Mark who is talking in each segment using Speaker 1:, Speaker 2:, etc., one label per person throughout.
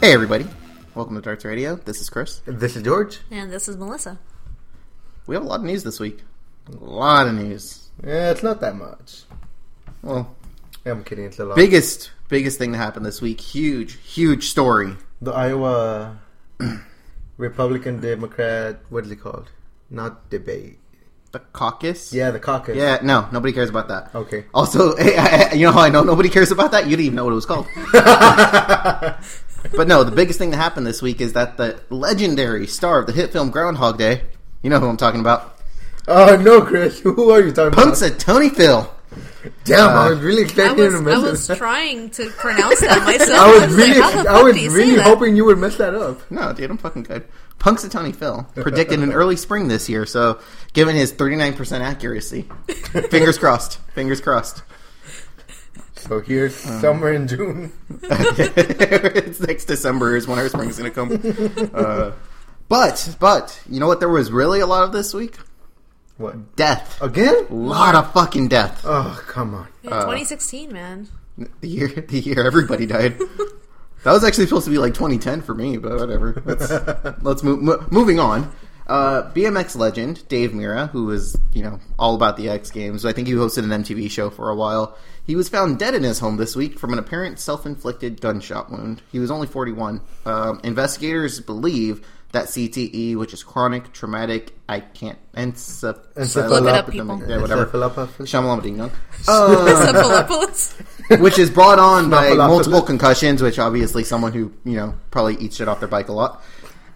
Speaker 1: Hey, everybody. Welcome to Darts Radio. This is Chris.
Speaker 2: This is George.
Speaker 3: And this is Melissa.
Speaker 1: We have a lot of news this week. A lot of news.
Speaker 2: Yeah, it's not that much.
Speaker 1: Well,
Speaker 2: I'm kidding. It's a lot.
Speaker 1: biggest, biggest thing to happen this week. Huge, huge story.
Speaker 2: The Iowa Republican Democrat. What is it called? Not debate.
Speaker 1: The caucus?
Speaker 2: Yeah, the caucus.
Speaker 1: Yeah, no, nobody cares about that.
Speaker 2: Okay.
Speaker 1: Also, you know how I know nobody cares about that? You didn't even know what it was called. but no, the biggest thing that happened this week is that the legendary star of the hit film Groundhog Day, you know who I'm talking about,
Speaker 2: Oh no, Chris. Who are you talking Uh, about?
Speaker 1: Punxsutawney Tony Phil.
Speaker 2: Damn, I was really
Speaker 3: I
Speaker 2: expecting you
Speaker 3: was,
Speaker 2: to
Speaker 3: I was
Speaker 2: miss it.
Speaker 3: trying to pronounce that myself.
Speaker 2: I was
Speaker 3: like,
Speaker 2: really,
Speaker 3: how the
Speaker 2: I
Speaker 3: fuck
Speaker 2: was
Speaker 3: do you say
Speaker 2: really
Speaker 3: that?
Speaker 2: hoping you would mess that up.
Speaker 1: No, dude, I'm fucking good. Punxsutawney Phil predicted an early spring this year, so given his 39% accuracy, fingers crossed. Fingers crossed.
Speaker 2: So here's summer in June.
Speaker 1: it's next December is when our spring's gonna come. Uh, but but you know what? There was really a lot of this week
Speaker 2: What?
Speaker 1: death. A
Speaker 2: Again?
Speaker 1: lot of fucking death.
Speaker 2: Oh come on.
Speaker 3: Yeah, 2016, man.
Speaker 1: The year the year everybody died. That was actually supposed to be like 2010 for me, but whatever. Let's, let's move. Mo- moving on. Uh, BMX legend Dave Mira, who was you know all about the X Games, I think he hosted an MTV show for a while. He was found dead in his home this week from an apparent self-inflicted gunshot wound. He was only 41. Um, investigators believe that CTE, which is chronic traumatic, I can't encephalopathy.
Speaker 2: Look it
Speaker 3: up, people.
Speaker 1: Yeah, whatever.
Speaker 2: Encephalopathy.
Speaker 1: Shyamalan.
Speaker 2: uh,
Speaker 3: Cephalopolis.
Speaker 1: which is brought on by
Speaker 2: Snuffleupagus.
Speaker 1: multiple concussions, which obviously someone who you know probably eats shit off their bike a lot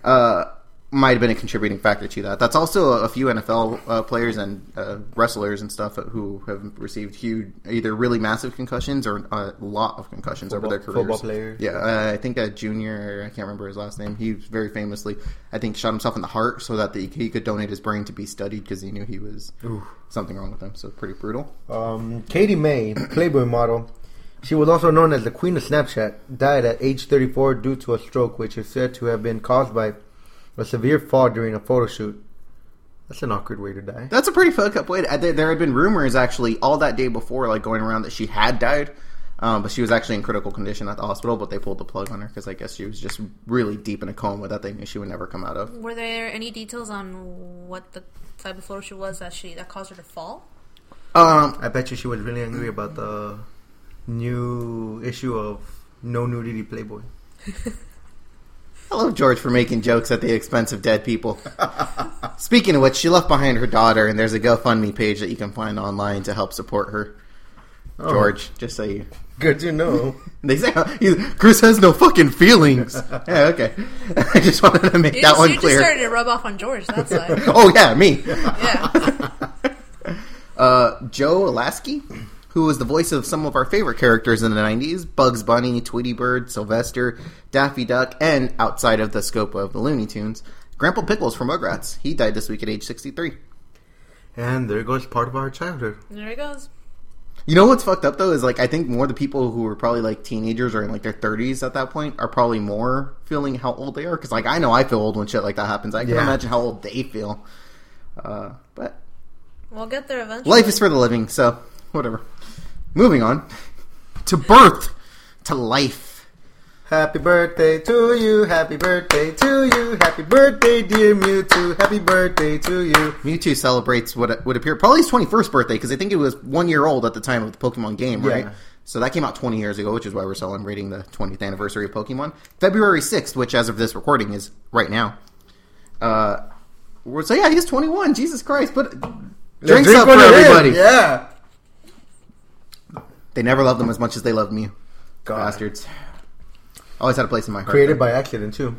Speaker 1: uh, might have been a contributing factor to that. That's also a few NFL uh, players and uh, wrestlers and stuff who have received huge, either really massive concussions or uh, a lot of concussions over their
Speaker 2: Football-
Speaker 1: careers.
Speaker 2: football players.
Speaker 1: yeah. Uh, I think a junior, I can't remember his last name. He very famously, I think, shot himself in the heart so that the, he could donate his brain to be studied because he knew he was something wrong with him. So pretty brutal.
Speaker 2: Um, Katie May, Playboy model, she was also known as the Queen of Snapchat, died at age 34 due to a stroke, which is said to have been caused by a severe fall during a photo shoot. That's an awkward way to die.
Speaker 1: That's a pretty fucked up way. To, uh, there, there had been rumors actually all that day before, like going around that she had died, um, but she was actually in critical condition at the hospital. But they pulled the plug on her because I guess she was just really deep in a coma that they knew she would never come out of.
Speaker 3: Were there any details on what the type of photo shoot was that she that caused her to fall?
Speaker 1: Um,
Speaker 2: I bet you she was really angry about the new issue of No Nudity Playboy.
Speaker 1: I love George for making jokes at the expense of dead people. Speaking of which, she left behind her daughter, and there's a GoFundMe page that you can find online to help support her.
Speaker 2: Oh.
Speaker 1: George, just so you
Speaker 2: Good to know.
Speaker 1: They say he's- Chris has no fucking feelings. yeah, okay. I just wanted to make
Speaker 3: You
Speaker 1: that
Speaker 3: just,
Speaker 1: one
Speaker 3: you
Speaker 1: clear.
Speaker 3: just started to rub off on George. That's why.
Speaker 1: oh yeah, me.
Speaker 3: Yeah.
Speaker 1: uh, Joe Alasky, who was the voice of some of our favorite characters in the 90s Bugs Bunny, Tweety Bird, Sylvester, Daffy Duck, and outside of the scope of the Looney Tunes, Grandpa Pickles from Rugrats. He died this week at age 63.
Speaker 2: And there goes part of our childhood.
Speaker 3: There he goes.
Speaker 1: You know what's fucked up though is like I think more the people who were probably like teenagers or in like their 30s at that point are probably more feeling how old they are because like I know I feel old when shit like that happens. I can
Speaker 2: Yeah.
Speaker 1: imagine how old they feel. Uh, but
Speaker 3: We'll get there eventually.
Speaker 1: Life is for the living, so whatever. Moving on to birth, to life.
Speaker 2: Happy birthday to you, happy birthday to you, happy birthday dear Mewtwo, happy birthday to you.
Speaker 1: Mewtwo celebrates what would appear probably his 21st birthday because I think it was one year old at the time of the Pokemon game, right?
Speaker 2: Yeah.
Speaker 1: So that came out 20 years ago, which is why we're celebrating the 20th anniversary of Pokemon. February 6th, which as of this recording is right now. Uh, we're- so yeah, he's 21. Jesus Christ! But drinks
Speaker 2: Drink
Speaker 1: up
Speaker 2: one
Speaker 1: for
Speaker 2: of them,
Speaker 1: everybody.
Speaker 2: Yeah.
Speaker 1: They never loved him as much as they loved Mew.
Speaker 2: God.
Speaker 1: Bastards. Always had a place in my heart.
Speaker 2: Created by accident too.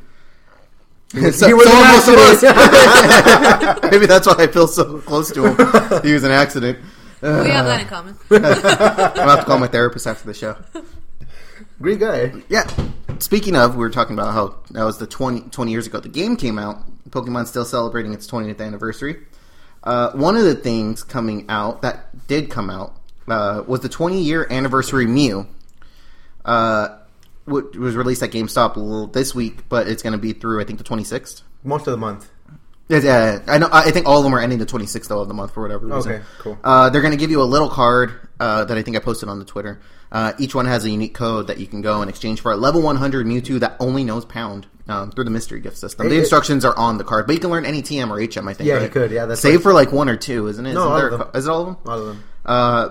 Speaker 1: So-
Speaker 2: He was
Speaker 1: so
Speaker 2: an
Speaker 1: almost
Speaker 2: accident.
Speaker 1: to us. Maybe that's why I feel so close to him. He was an accident.
Speaker 3: we have that in common.
Speaker 1: I'm gonna have to call my therapist after the show.
Speaker 2: Great guy. eh?
Speaker 1: Yeah. Speaking of, we were talking about how that was the 20, 20 years ago the game came out. Pokemon's still celebrating its 20th anniversary. Uh, one of the things coming out that did come out uh, was the 20 year anniversary Mew, uh, which was released at GameStop l- this week, but it's going to be through, I think, the 26th.
Speaker 2: Most of the month.
Speaker 1: Yeah, Yeah, yeah. I know. I think all of them are ending the 26th though, of the month for whatever reason.
Speaker 2: Okay, cool.
Speaker 1: Uh, they're going to give you a little card uh, that I think I posted on the Twitter. Uh, each one has a unique code that you can go in exchange for a level 100 Mewtwo that only knows Pound um, through the mystery gift system. the
Speaker 2: It- it-
Speaker 1: instructions are on the card, but you can learn any TM or HM. I think.
Speaker 2: Yeah,
Speaker 1: right?
Speaker 2: you could, yeah, that's
Speaker 1: save
Speaker 2: right.
Speaker 1: for like one or two, isn't it?
Speaker 2: No,
Speaker 1: Isn't
Speaker 2: all
Speaker 1: there
Speaker 2: of
Speaker 1: a
Speaker 2: them.
Speaker 1: co- is it all of them?
Speaker 2: All of them.
Speaker 1: Uh,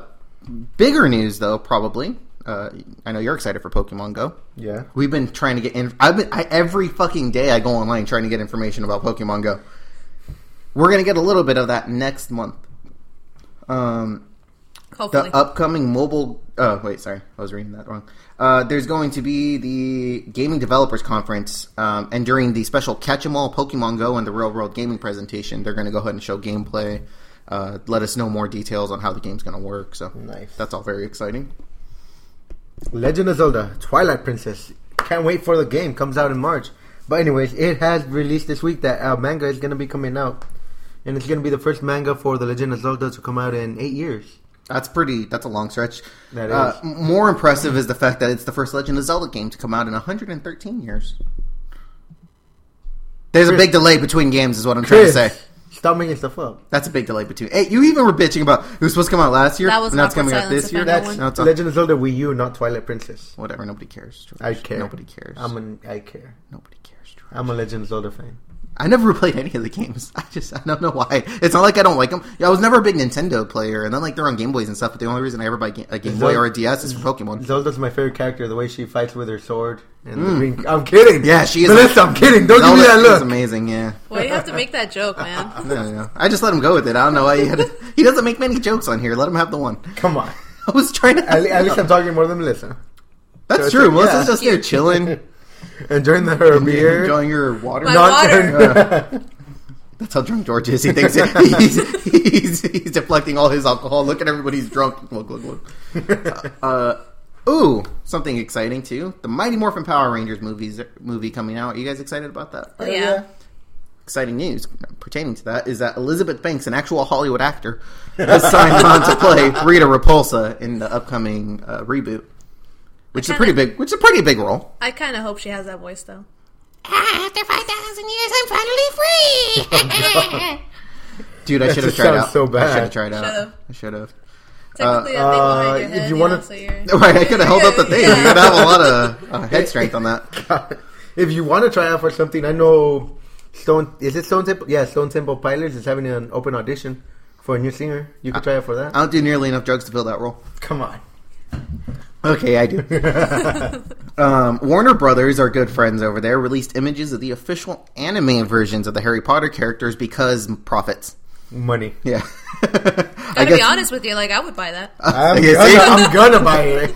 Speaker 1: bigger news though, probably. Uh, I know you're excited for Pokemon Go.
Speaker 2: Yeah.
Speaker 1: We've been trying to get in. I've been I, every fucking day I go online trying to get information about Pokemon Go. We're gonna get a little bit of that next month. Um,
Speaker 3: Hopefully.
Speaker 1: the upcoming mobile. Uh, wait, sorry, I was reading that wrong. Uh, there's going to be the Gaming Developers Conference, um, and during the special Catch 'Em All Pokemon Go and the Real World Gaming presentation, they're going to go ahead and show gameplay. Uh, let us know more details on how the game's going to work. So
Speaker 2: Nice.
Speaker 1: that's all very exciting.
Speaker 2: Legend of Zelda: Twilight Princess. Can't wait for the game. Comes out in March. But anyways, it has released this week that uh, manga is gonna be coming out, and it's gonna be the first manga for the Legend of Zelda to come out in eight years.
Speaker 1: That's pretty. That's a long stretch.
Speaker 2: That
Speaker 1: Uh,
Speaker 2: is.
Speaker 1: m- more impressive is the fact that it's the first Legend of Zelda game to come out in 113 years. There's a
Speaker 2: Chris.
Speaker 1: big delay between games, is what I'm trying to say.
Speaker 2: stop making stuff up.
Speaker 1: That's a big delay between. Hey, you even were bitching about it was supposed to come out last year.
Speaker 3: That was
Speaker 1: now it's
Speaker 3: awkward
Speaker 1: coming out
Speaker 3: silence
Speaker 1: this
Speaker 3: if
Speaker 1: year.
Speaker 3: I know
Speaker 1: That's
Speaker 3: one.
Speaker 1: no, it's not-
Speaker 2: Legend of Zelda Wii U, not Twilight Princess.
Speaker 1: whatever. Nobody cares. George.
Speaker 2: I care.
Speaker 1: Nobody cares.
Speaker 2: I'm an I care.
Speaker 1: Nobody cares. George.
Speaker 2: I'm a Legend of Zelda fan.
Speaker 1: I never played any of the games. I just I don't know why. It's not like I don't like them. Yeah, I was never a big Nintendo player, and then like they're on Game Boys and stuff. But the only reason I ever buy ga- a Game Boy
Speaker 2: Zelda-
Speaker 1: or a DS is for Pokemon.
Speaker 2: Zelda's my favorite character. The way she fights with her sword and the green. I'm kidding.
Speaker 1: Mm. Yeah, she is.
Speaker 2: Melissa, I'm kidding. Don't give me that
Speaker 1: Zelda is
Speaker 2: look.
Speaker 1: amazing. Yeah.
Speaker 3: Why do you have to make that joke, man?
Speaker 1: No, no, no. I just let him go with it. I don't know why he had. he doesn't make many jokes on here. Let him have the one.
Speaker 2: Come on.
Speaker 1: I was trying to.
Speaker 2: At, le- at least I'm talking more than Melissa.
Speaker 1: That's
Speaker 2: so
Speaker 1: true.
Speaker 2: it's-
Speaker 1: Melissa's
Speaker 2: yeah.
Speaker 1: just there chilling,
Speaker 2: Enjoying the her beer.
Speaker 1: enjoying her water.
Speaker 3: My
Speaker 2: Not-
Speaker 3: water.
Speaker 1: That's how drunk George is. He thinks it, he's, he's, he's deflecting all his alcohol. Look at everybody's drunk. Look, look, look. Uh, ooh, something exciting too. The Mighty Morphin Power Rangers movies movie coming out. Are you guys excited about that?
Speaker 3: Yeah. yeah.
Speaker 1: Exciting news pertaining to that is that Elizabeth Banks, an actual Hollywood actor, has signed on to play Rita Repulsa in the upcoming uh, reboot, which is a pretty big, which is a pretty big role.
Speaker 3: I kind of hope she has that voice, though.
Speaker 4: Ah, After 5,000 years, I'm finally free!
Speaker 1: Dude, I
Speaker 2: That
Speaker 1: should have
Speaker 2: just
Speaker 1: tried
Speaker 2: sounds
Speaker 1: out.
Speaker 2: so
Speaker 1: I
Speaker 2: bad.
Speaker 1: should have tried out.
Speaker 3: Should've.
Speaker 1: I should have.
Speaker 3: Technically,
Speaker 2: Uh, uh,
Speaker 3: I think behind your head,
Speaker 2: you
Speaker 3: you
Speaker 2: wanna-
Speaker 3: know, so you're-
Speaker 1: Right, I could have held up the thing.
Speaker 3: Yeah.
Speaker 1: You'd have a lot of uh, head strength on that.
Speaker 2: if you want to try out for something, I know Stone. Is it Stone Temple? Yeah, Stone Temple Pilots is having an open audition for a new singer. You could try out for that.
Speaker 1: I don't do nearly enough drugs to fill that role.
Speaker 2: Come on.
Speaker 1: Okay, I do. um, Warner Brothers, our good friends over there, released images of the official anime versions of the Harry Potter characters because profits.
Speaker 2: Money.
Speaker 1: Yeah. I
Speaker 3: Gotta be honest with you, like I would buy that.
Speaker 2: I'm,
Speaker 1: Yeah, see?
Speaker 2: gonna, I'm gonna buy it.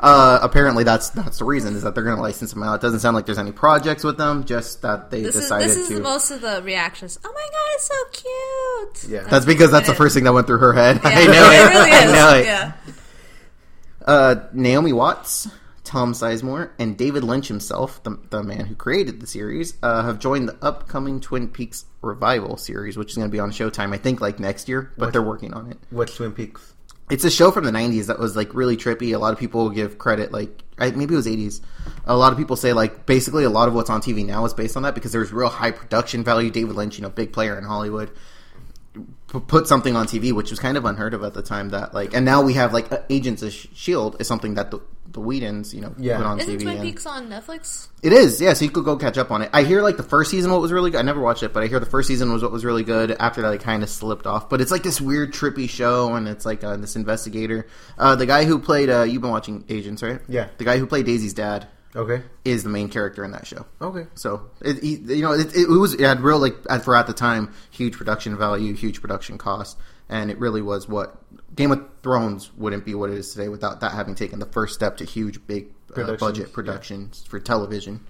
Speaker 1: uh, apparently that's that's the reason is that they're going to license them out. It doesn't sound like there's any projects with them, just that they
Speaker 3: This is
Speaker 1: decided
Speaker 3: this is
Speaker 1: to.
Speaker 3: most of the reactions. Oh my god, it's so cute.
Speaker 2: Yeah.
Speaker 1: that's because that's the
Speaker 3: it-
Speaker 1: first thing that went through her head.
Speaker 3: Yeah,
Speaker 1: I know it.
Speaker 3: It really
Speaker 1: I
Speaker 3: is.
Speaker 1: know it.
Speaker 3: Yeah.
Speaker 1: Uh, Naomi Watts, Tom Sizemore, and David Lynch himself, the, the man who created the series, uh, have joined the upcoming Twin Peaks revival series, which is going to be on Showtime, I think, like next year, but they're working on it.
Speaker 2: What's Twin Peaks?
Speaker 1: It's a show from the 90s that was like really trippy. A lot of people give credit, like, I, maybe it was 80s. A lot of people say, like, basically a lot of what's on TV now is based on that because there's real high production value. David Lynch, you know, big player in Hollywood p- put something on TV, which was kind of unheard of at the time. That like, and now we have like uh, Agents of Sh- Shield is something that the the Whedons, you know,
Speaker 2: Yeah.
Speaker 1: put on
Speaker 3: Isn't
Speaker 1: TV.
Speaker 3: Twin
Speaker 1: and-
Speaker 3: Peaks on Netflix?
Speaker 1: it is, yeah. So you could go catch up on it. I hear like the first season what was really good. I never watched it, but I hear the first season was what was really good. After that, it kind of slipped off. But it's like this weird trippy show, and it's like uh, this investigator, uh, the guy who played. Uh, you've been watching Agents, right?
Speaker 2: Yeah.
Speaker 1: The guy who played Daisy's dad
Speaker 2: Okay.
Speaker 1: is the main character in that show.
Speaker 2: Okay.
Speaker 1: So it, he- you know, it, it was it had real like at- for at the time huge production value, huge production cost, and it really was what Game of Thrones wouldn't be what it is today without that having taken the first step to huge big uh,
Speaker 2: Productions,
Speaker 1: budget
Speaker 2: yeah.
Speaker 1: productions for television.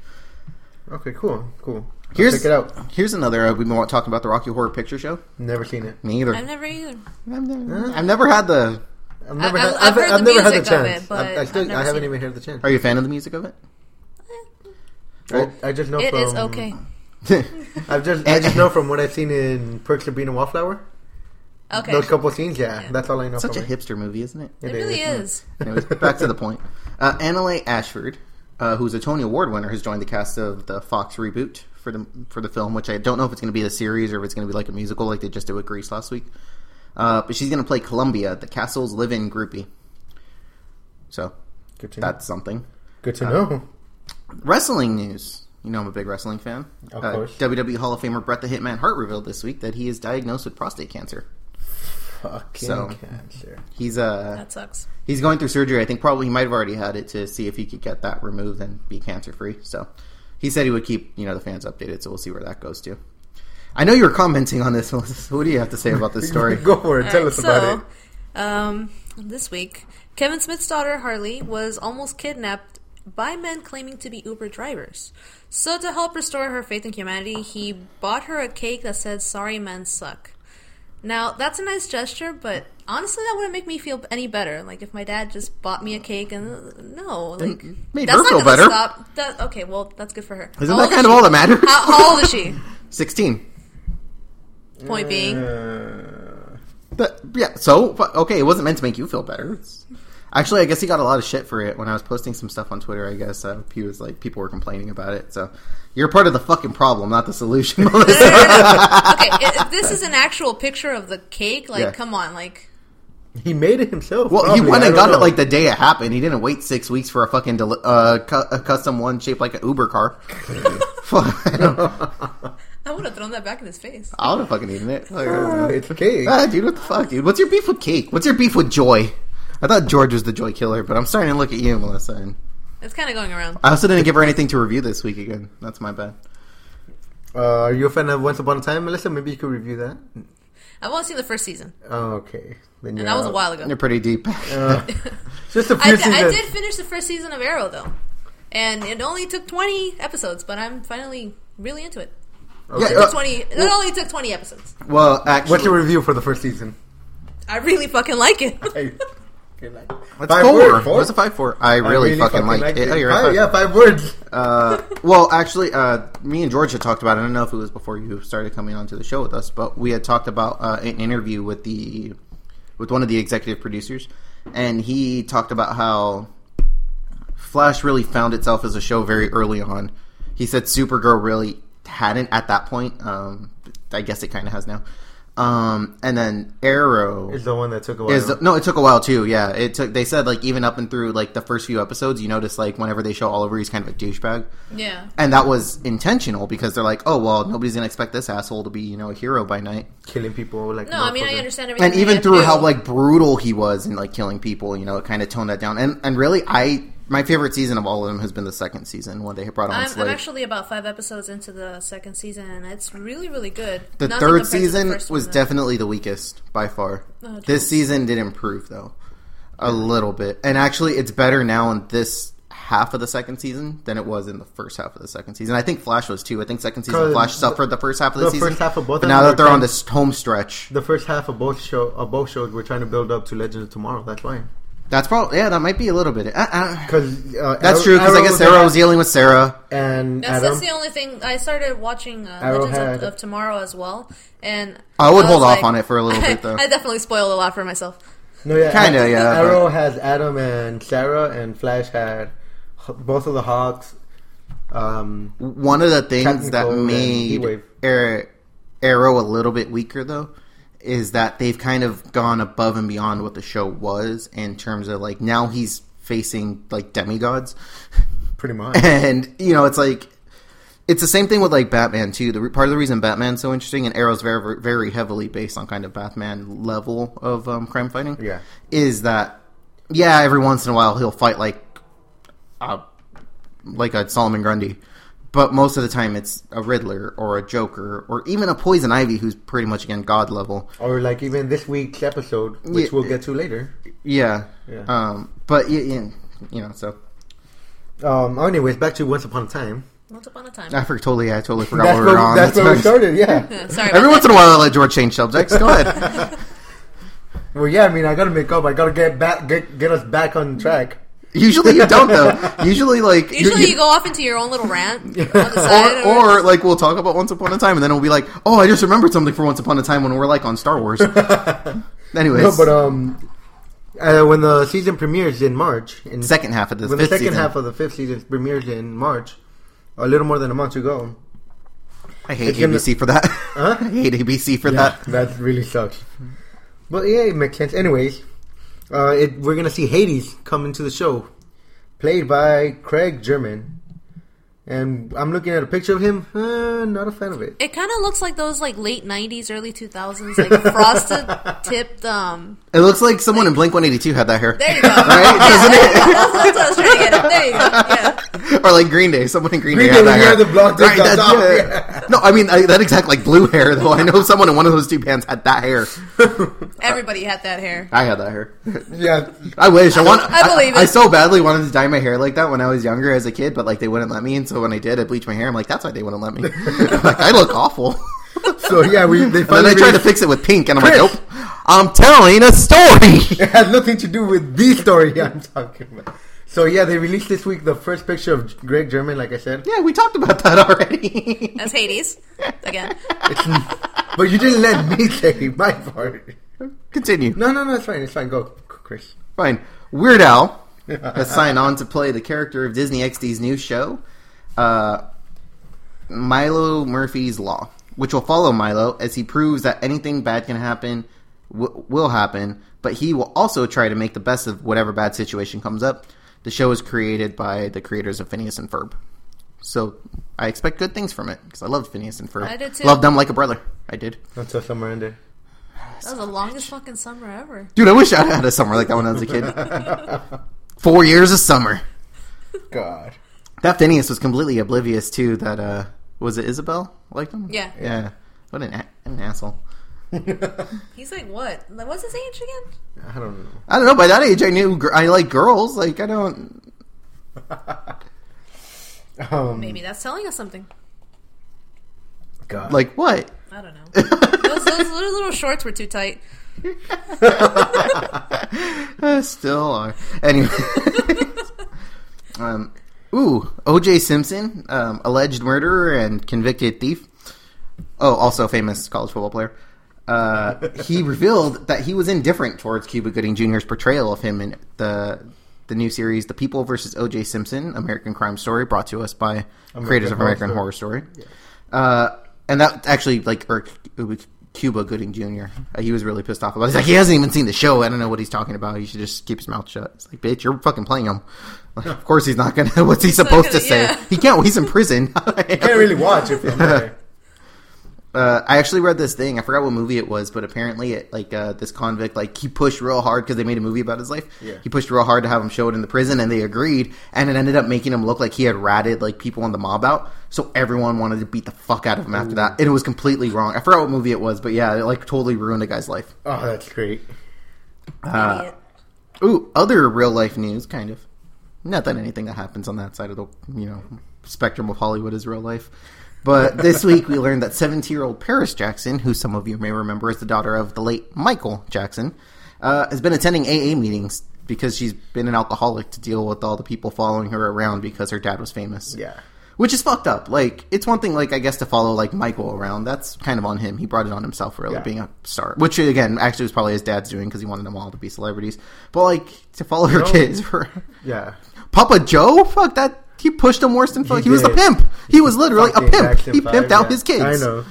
Speaker 2: Okay. Cool. Cool. I'll
Speaker 1: Here's
Speaker 2: check it out.
Speaker 1: Here's another. Uh, we've been talking about the Rocky Horror Picture Show.
Speaker 2: Never seen it.
Speaker 1: Me either.
Speaker 3: I've never either.
Speaker 1: I've never, I've never had the.
Speaker 2: I've never
Speaker 3: I-
Speaker 2: had.
Speaker 3: I've
Speaker 2: I've,
Speaker 3: heard
Speaker 2: I've
Speaker 3: the
Speaker 2: never had the
Speaker 3: music of it,
Speaker 2: chance.
Speaker 3: but
Speaker 2: I, I,
Speaker 3: I've
Speaker 2: still,
Speaker 3: never
Speaker 2: I haven't
Speaker 3: seen
Speaker 2: even had the chance.
Speaker 1: Are you a fan of the music of it? Oh.
Speaker 2: I, I just know
Speaker 3: eh, It
Speaker 2: from.
Speaker 3: is okay.
Speaker 2: I've just. I just know from what I've seen in Perks of Being a Wallflower.
Speaker 3: Okay.
Speaker 2: Those couple scenes. Yeah, That's all I know.
Speaker 1: Such a
Speaker 2: from it.
Speaker 1: hipster movie, isn't it?
Speaker 3: Eh.
Speaker 2: It
Speaker 3: It really
Speaker 2: is.
Speaker 3: is.
Speaker 1: Anyways, back to the point. Uh, Annalee Ashford, uh, who's a Tony Award winner, has joined the cast of the Fox reboot for the for the film, which I don't know if it's going to be a series or if it's going to be like a musical, like they just did with Grease last week. Uh, but she's going to play Columbia, the castle's live-in groupie. So
Speaker 2: Good to know.
Speaker 1: that's uh, something.
Speaker 2: Good to know.
Speaker 1: Wrestling news. You know I'm a big wrestling fan. Uh,
Speaker 2: Of course.
Speaker 1: WWE E Hall of Famer Bret the Hitman Hart revealed this week that he is diagnosed with prostate cancer.
Speaker 2: Fucking
Speaker 1: so-
Speaker 2: cancer.
Speaker 1: He's uh
Speaker 3: That sucks.
Speaker 1: he's going through surgery. I think probably he might have already had it to see if he could get that removed and be cancer free. So he said he would keep you know the fans updated. So we'll see where that goes to. I know you were commenting on this. Melissa. So What do you have to say about this story?
Speaker 2: Go for it. Tell
Speaker 3: Alright,
Speaker 2: us about it.
Speaker 3: Um, this week, Kevin Smith's daughter Harley was almost kidnapped by men claiming to be Uber drivers. So to help restore her faith in humanity, he bought her a cake that said "Sorry, men suck." Now that's a nice gesture, but honestly, that wouldn't make me feel any better. Like if my dad just bought me a cake and uh, no, like
Speaker 1: made
Speaker 3: that's
Speaker 1: her
Speaker 3: not
Speaker 1: feel
Speaker 3: gonna
Speaker 1: better.
Speaker 3: Stop. That, okay, well that's good for her.
Speaker 1: Isn't
Speaker 3: How
Speaker 1: that
Speaker 3: old is
Speaker 1: kind of
Speaker 3: she?
Speaker 1: all that matters?
Speaker 3: How, how old is she?
Speaker 1: Sixteen.
Speaker 3: Point being,
Speaker 2: Uh,
Speaker 1: But yeah, so fu- okay, it wasn't meant to make you feel better. It's- actually, I guess he got a lot of shit for it when I was posting some stuff on Twitter. I guess uh, he was like, people were complaining about it. So you're part of the fucking problem, not the solution. Melissa.
Speaker 3: okay, if this is an actual picture of the cake, like,
Speaker 1: Yeah.
Speaker 3: come on, like,
Speaker 2: he made it himself.
Speaker 1: well,
Speaker 2: probably.
Speaker 1: he went
Speaker 2: I
Speaker 1: and
Speaker 2: don't
Speaker 1: got
Speaker 2: know.
Speaker 1: it like the day it happened. He didn't wait six weeks for a fucking deli- uh, cu- a custom one shaped like an Uber car. Fuck, I, don't-
Speaker 3: I would have thrown that back in his face.
Speaker 1: I would have fucking eaten it. Like,
Speaker 2: It's okay.
Speaker 1: ah, dude, what the fuck, dude? What's your beef with cake? What's your beef with joy? I thought George was the joy killer, but I'm starting to look at you, Melissa. And
Speaker 3: It's kind of going around.
Speaker 1: I also didn't give her anything to review this week again. That's my bad.
Speaker 2: Uh, are you a fan of Once Upon a Time, Melissa? Maybe you could review that.
Speaker 3: I've only seen the first season,
Speaker 2: Oh, okay. Then
Speaker 3: and that was a while ago.
Speaker 1: You're pretty deep.
Speaker 2: Uh, just a
Speaker 3: I,
Speaker 2: few
Speaker 3: di- I
Speaker 2: seasons.
Speaker 3: did finish the first season of Arrow though, and it only took twenty episodes, but I'm finally really into it.
Speaker 1: Yeah,
Speaker 3: It took
Speaker 1: uh,
Speaker 3: twenty. It only took twenty episodes.
Speaker 1: well, actually,
Speaker 2: What's your review for the first season?
Speaker 3: I really fucking like it.
Speaker 2: Hey,
Speaker 1: That's four. What's a five four? I really, fucking, like it. Oh, you're right.
Speaker 2: Five, yeah, five words.
Speaker 1: Uh, well, actually, uh, me and George had talked about. It. I don't know if it was before you started coming onto the show with us, but we had talked about uh, an interview with the with one of the executive producers, and he talked about how Flash really found itself as a show very early on. He said Supergirl really hadn't at that point. Um, I guess it kind of has now. Um, and then Arrow
Speaker 2: Is the one that took a while.
Speaker 1: is no it took a while too yeah it took they said like even up and through like the first few episodes you notice like whenever they show oliver he's kind of a douchebag
Speaker 3: yeah.
Speaker 1: and that was intentional because they're like oh well nobody's gonna expect this asshole to be you know a hero by night
Speaker 2: killing people like
Speaker 3: No, I mean I
Speaker 2: motherfucker.
Speaker 3: understand everything.
Speaker 1: and
Speaker 3: they
Speaker 1: even
Speaker 3: have to
Speaker 1: through
Speaker 3: do.
Speaker 1: how like brutal he was and like killing people you know it kind of toned that down and and really i my favorite season of all of them has been the second season when they brought on
Speaker 3: I'm, I'm
Speaker 1: slade
Speaker 3: actually about five episodes into the second season, and it's really, really good.
Speaker 1: the
Speaker 3: Nothing
Speaker 1: third
Speaker 3: compared to the
Speaker 1: season
Speaker 3: first one,
Speaker 1: was
Speaker 3: though.
Speaker 1: definitely the weakest by far.
Speaker 3: Oh,
Speaker 1: this
Speaker 3: geez.
Speaker 1: season did improve though, a little bit, and actually it's better now in this half of the second season than it was in the first half of the second season. I think Flash was too. I think second season
Speaker 2: 'Cause
Speaker 1: Flash
Speaker 2: the-
Speaker 1: suffered the first half of the,
Speaker 2: the
Speaker 1: season.
Speaker 2: first half of both
Speaker 1: but
Speaker 2: of
Speaker 1: now
Speaker 2: them
Speaker 1: that
Speaker 2: were
Speaker 1: they're on
Speaker 2: kind-
Speaker 1: this home stretch,
Speaker 2: the first half of both show of both shows we're trying to build up to Legend of Tomorrow. That's why.
Speaker 1: that's probably yeah, that might be a little bit. Uh, uh,
Speaker 2: Because uh,
Speaker 1: that's
Speaker 2: Arrow-
Speaker 1: true because I
Speaker 2: Arrow
Speaker 1: guess Sarah
Speaker 2: had-
Speaker 1: was dealing with Sarah.
Speaker 2: and
Speaker 3: That's,
Speaker 2: Adam.
Speaker 3: that's the only thing. I started watching uh,
Speaker 2: Arrowhead.
Speaker 3: Legends of, of Tomorrow as well, and
Speaker 1: I would hold
Speaker 3: was
Speaker 1: off on it for a little bit, though.
Speaker 3: I definitely spoiled a lot for myself.
Speaker 2: no, yeah,
Speaker 1: Kinda,
Speaker 2: Ar-
Speaker 1: yeah,
Speaker 2: Arrow has Adam and Sarah, and Flash had h- both of the Hawks. Um,
Speaker 1: One of the things that
Speaker 2: Technical and
Speaker 1: made
Speaker 2: Heatwave.
Speaker 1: Ar- Arrow a little bit weaker, though, is that they've kind of gone above and beyond what the show was in terms of like now he's facing like demigods,
Speaker 2: pretty much.
Speaker 1: and you know it's like it's the same thing with like Batman too. The re- part of the reason Batman's so interesting and Arrow's very very heavily based on kind of Batman level of um, crime fighting.
Speaker 2: Yeah.
Speaker 1: is that yeah? Every once in a while he'll fight like uh, like a Solomon Grundy, but most of the time it's a Riddler or a Joker or even a Poison Ivy who's pretty much again God level.
Speaker 2: or like even this week's episode, which
Speaker 1: Yeah.
Speaker 2: we'll get to later.
Speaker 1: Yeah,
Speaker 2: Yeah.
Speaker 1: Um, but you, you, you know, so
Speaker 2: Um, anyways, back to Once Upon a Time.
Speaker 3: Once upon a time.
Speaker 1: I for, totally I totally forgot
Speaker 2: That's
Speaker 1: where we
Speaker 2: where,
Speaker 1: were on.
Speaker 2: that's
Speaker 1: That's
Speaker 2: where we
Speaker 1: fine.
Speaker 2: started. Yeah.
Speaker 3: Uh, Sorry.
Speaker 1: Every
Speaker 3: about
Speaker 1: once in a while, I let George change subjects. Go ahead.
Speaker 2: well, yeah. I mean, I gotta make up. I gotta get back, get, get us back on track.
Speaker 1: Usually you don't though. Usually like
Speaker 3: that. Usually
Speaker 1: you-
Speaker 3: you, go off into your own little rant on the side.
Speaker 1: or, or like we'll talk about Once Upon a Time and then we'll be like, oh, I just remembered something for Once Upon a Time when we're like on Star Wars. Anyways,
Speaker 2: No, but um, uh, when the season premieres in March, in
Speaker 1: second half of this
Speaker 2: when the
Speaker 1: fifth
Speaker 2: second
Speaker 1: season,
Speaker 2: half of the fifth season premieres in March, a little more than a month ago.
Speaker 1: I hate
Speaker 2: it's gonna-
Speaker 1: ABC for that. I hate ABC for that.
Speaker 2: that really sucks. But yeah, it makes sense. Anyways, uh, it, we're gonna see Hades come into the show, played by Craig German. And I'm looking at a picture of him. Uh, not a fan of it.
Speaker 3: It kind of looks like those like late '90s, early 2000s, like frosted tipped. Um,
Speaker 1: It looks like someone in Blink 182 had that hair.
Speaker 3: there you go.
Speaker 1: Right? Doesn't it?
Speaker 3: that's, that's what I was trying to get. At. There you go. Yeah.
Speaker 1: or like Green Day. Someone in Green,
Speaker 2: Green
Speaker 1: Day, had
Speaker 2: Day,
Speaker 1: that
Speaker 2: when you
Speaker 1: hair.
Speaker 2: have the blonde thing
Speaker 1: Right,
Speaker 2: on
Speaker 1: that's-
Speaker 2: top,
Speaker 1: yeah.
Speaker 2: yeah.
Speaker 1: No, I mean I, that exact like blue hair though. I know someone in one of those two bands had that hair.
Speaker 3: Everybody had that hair.
Speaker 1: I had that hair.
Speaker 2: Yeah,
Speaker 1: I wish I want.
Speaker 3: I believe
Speaker 1: I,
Speaker 3: it.
Speaker 1: so badly wanted to dye my hair like that when I was younger as a kid, but like they wouldn't let me. And so when I did, I bleached my hair. I'm like, that's why they wouldn't let me. like I look awful.
Speaker 2: So yeah, we they
Speaker 1: And then
Speaker 2: finally
Speaker 1: I tried to
Speaker 2: released-
Speaker 1: fix it with pink, and I'm like,
Speaker 2: Chris.
Speaker 1: nope. I'm telling a story.
Speaker 2: it had nothing to do with the story I'm talking about. So yeah, they released this week the first picture of Greg German, like I said.
Speaker 1: yeah, we talked about that already.
Speaker 3: That's Hades again.
Speaker 2: It's- but you didn't let me say my part.
Speaker 1: Continue.
Speaker 2: No, no, no, it's fine, it's fine. Go, Chris.
Speaker 1: Fine. Weird Al has signed on to play the character of Disney XD's new show, uh, Milo Murphy's Law, which will follow Milo as he proves that anything bad can happen, w- will happen, but he will also try to make the best of whatever bad situation comes up. The show is created by the creators of Phineas and Ferb. So I expect good things from it because I loved Phineas and Ferb.
Speaker 3: I did too.
Speaker 1: Loved them like a brother. I did.
Speaker 2: Until somewhere in there.
Speaker 3: That was the longest fucking summer ever.
Speaker 1: Dude, I wish I had a summer like that when I was a kid. Four years of summer.
Speaker 2: God.
Speaker 1: That Phineas was completely oblivious to that. Uh, was it Isabel liked him?
Speaker 3: Yeah.
Speaker 1: yeah. What an, a- an asshole.
Speaker 3: He's like, what? Like, What's his age again?
Speaker 2: I don't know.
Speaker 1: I don't know. By that age, I knew gr- I like girls. Like I don't.
Speaker 2: Um,
Speaker 1: Hmm.
Speaker 3: Maybe that's telling us something.
Speaker 2: God.
Speaker 1: Like what?
Speaker 3: I don't know. Those, those little, little shorts were too tight.
Speaker 1: Uh, still are. Anyway. um, ooh, O.J. Simpson, um, alleged murderer and convicted thief. Oh, also famous college football player. Uh, he revealed that he was indifferent towards Cuba Gooding Jr.'s portrayal of him in the the new series, The People versus O.J. Simpson: American Crime Story, brought to us by creators of
Speaker 2: Horror
Speaker 1: American
Speaker 2: Story.
Speaker 1: Horror Story. Uh, and that actually like irked Cuba Gooding Jr. Uh, he was really pissed off about. it. He's like, he hasn't even seen the show. I don't know what he's talking about. He should just keep his mouth shut. It's like, bitch, you're fucking playing him. Like, of course he's not gonna. What's he
Speaker 3: not
Speaker 1: supposed
Speaker 3: gonna-
Speaker 1: to say?
Speaker 3: yeah.
Speaker 1: He can't. He's in prison.
Speaker 2: can't really watch it from there.
Speaker 1: uh, I actually read this thing. I forgot what movie it was, but apparently, it like uh, this convict, like he pushed real hard because they made a movie about his life.
Speaker 2: Yeah.
Speaker 1: He pushed real hard to have him show it in the prison, and they agreed. And it ended up making him look like he had ratted like people in the mob out. So everyone wanted to beat the fuck out of him after that. And it was completely wrong. I forgot what movie it was, but yeah, it like totally ruined a guy's life.
Speaker 2: Oh, that's great.
Speaker 1: Ah.
Speaker 3: Idiot.
Speaker 1: Ooh, other real life news, kind of. Not that anything that happens on that side of the you know spectrum of Hollywood is real life, but this week we learned that 17 year old Paris Jackson, who some of you may remember as the daughter of the late Michael Jackson, uh, has been attending AA meetings because she's been an alcoholic to deal with all the people following her around because her dad was famous.
Speaker 2: Yeah.
Speaker 1: Which is fucked up. Like, it's one thing, like, I guess to follow, like, Michael around. That's kind of on him. He brought it on himself, really,
Speaker 2: Yeah.
Speaker 1: being a star. Which, again, actually was probably his dad's doing because he wanted them all to be celebrities. But, like, to follow her
Speaker 2: No.
Speaker 1: kids for.
Speaker 2: Yeah.
Speaker 1: Papa Joe? Fuck that. He pushed him worse than fuck. He,
Speaker 2: He
Speaker 1: was the
Speaker 2: did.
Speaker 1: pimp. He was literally a
Speaker 2: Fucking
Speaker 1: pimp.
Speaker 2: Jackson
Speaker 1: He
Speaker 2: five,
Speaker 1: pimped out
Speaker 2: yeah.
Speaker 1: his kids.
Speaker 2: I know.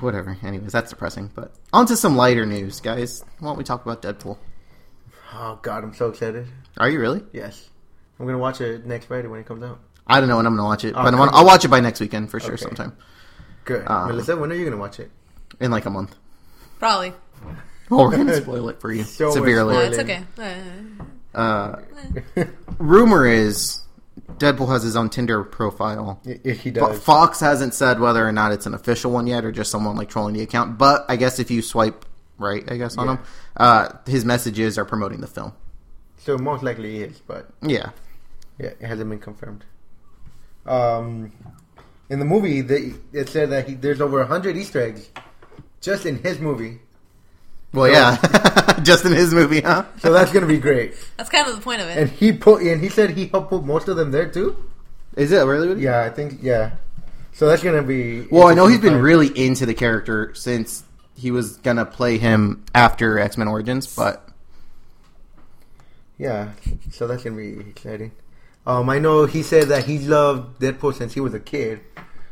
Speaker 1: Whatever. Anyways, that's depressing. But, on to some lighter news, guys. Why don't we talk about Deadpool?
Speaker 2: Oh God, I'm so excited.
Speaker 1: Are you really?
Speaker 2: Yes, I'm gonna watch it next Friday when it comes out.
Speaker 1: I don't know when I'm going to watch it. but I'm
Speaker 2: Oh, come
Speaker 1: on, I'll watch it by next weekend for sure,
Speaker 2: Okay.
Speaker 1: sometime.
Speaker 2: Good.
Speaker 1: Um,
Speaker 2: Melissa, when are you gonna watch it?
Speaker 1: In like a month.
Speaker 3: Probably.
Speaker 1: Oh, we're going to spoil it for you
Speaker 2: So we're
Speaker 1: severely.
Speaker 3: No,
Speaker 2: spoiling.
Speaker 3: it's okay. Uh,
Speaker 1: Uh, rumor is Deadpool has his own Tinder profile.
Speaker 2: Y- y- he
Speaker 1: But
Speaker 2: does.
Speaker 1: Fox hasn't said whether or not it's an official one yet or just someone like trolling the account. But I guess if you swipe right, I guess on
Speaker 2: Yeah.
Speaker 1: him, uh, his messages are promoting the film.
Speaker 2: so most likely he is, but
Speaker 1: Yeah,
Speaker 2: yeah, it hasn't been confirmed. Um, in the movie, they, it said that he, there's over hundred Easter eggs just in his movie,
Speaker 1: well, yeah, just in his movie, huh?
Speaker 2: so that's gonna be great.
Speaker 3: that's kind of the point of it.
Speaker 2: And he put, and he said he helped put most of them there too.
Speaker 1: Is it really?
Speaker 2: Yeah, I think yeah. So that's gonna be.
Speaker 1: Well, I know he's been
Speaker 2: interesting.
Speaker 1: really into the character since he was gonna play him after X Men Origins, but
Speaker 2: Yeah, so that's gonna be exciting. Um, I know he said that he loved Deadpool since he was a kid,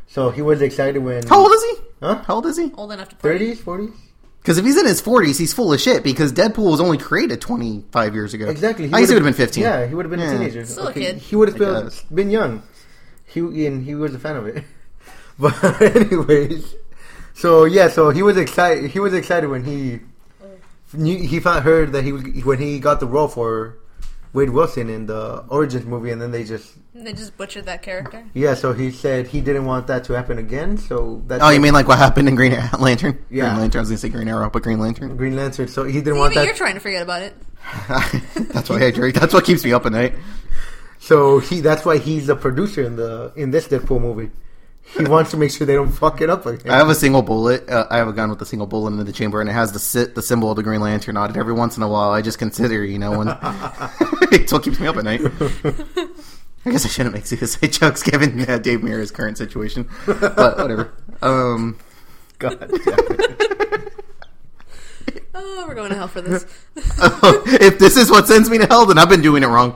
Speaker 2: so he was excited when.
Speaker 1: how old is he?
Speaker 2: Huh?
Speaker 1: How old is he?
Speaker 3: Old enough to party.
Speaker 2: Thirties, forties?
Speaker 1: Because if he's in his 40s, he's full of shit because Deadpool was only created 25 years ago.
Speaker 2: Exactly.
Speaker 1: I guess Oh, he would
Speaker 2: would've-
Speaker 1: have been 15.
Speaker 2: Yeah, he would have been
Speaker 1: Yeah.
Speaker 2: a teenager.
Speaker 3: Still a kid.
Speaker 2: He would have
Speaker 1: I
Speaker 2: been,
Speaker 1: guess.
Speaker 2: been young. He and he was a fan of it. But anyways, so yeah, so he was excited. He was excited when he knew, he found heard that he was- when he got the role for Wade Wilson in the Origins movie, and then they just
Speaker 3: They just butchered that character.
Speaker 2: yeah. So he said he didn't want that to happen again. So that's
Speaker 1: Oh, you mean like what happened in Green Lantern?
Speaker 2: Yeah.
Speaker 1: Green Lantern. I was going to say Green Arrow, but Green Lantern.
Speaker 2: Green Lantern? So he didn't
Speaker 3: Even
Speaker 2: want that.
Speaker 3: you're trying to forget about it.
Speaker 1: that's why I drink. That's what keeps me up at night.
Speaker 2: So he that's why he's the producer in the in this Deadpool movie. He wants to make sure they don't fuck it up again.
Speaker 1: I have a single bullet. Uh, I have a gun with a single bullet in the chamber, and it has the sit, the symbol of the Green Lantern on it. Every once in a while, I just consider, you know, when it's what keeps me up at night. I guess I shouldn't make suicide jokes given uh, Dave Mirra's current situation, but whatever. Um,
Speaker 2: God damn it.
Speaker 3: Oh, we're going to hell for this.
Speaker 1: Oh, if this is what sends me to hell, then I've been doing it wrong.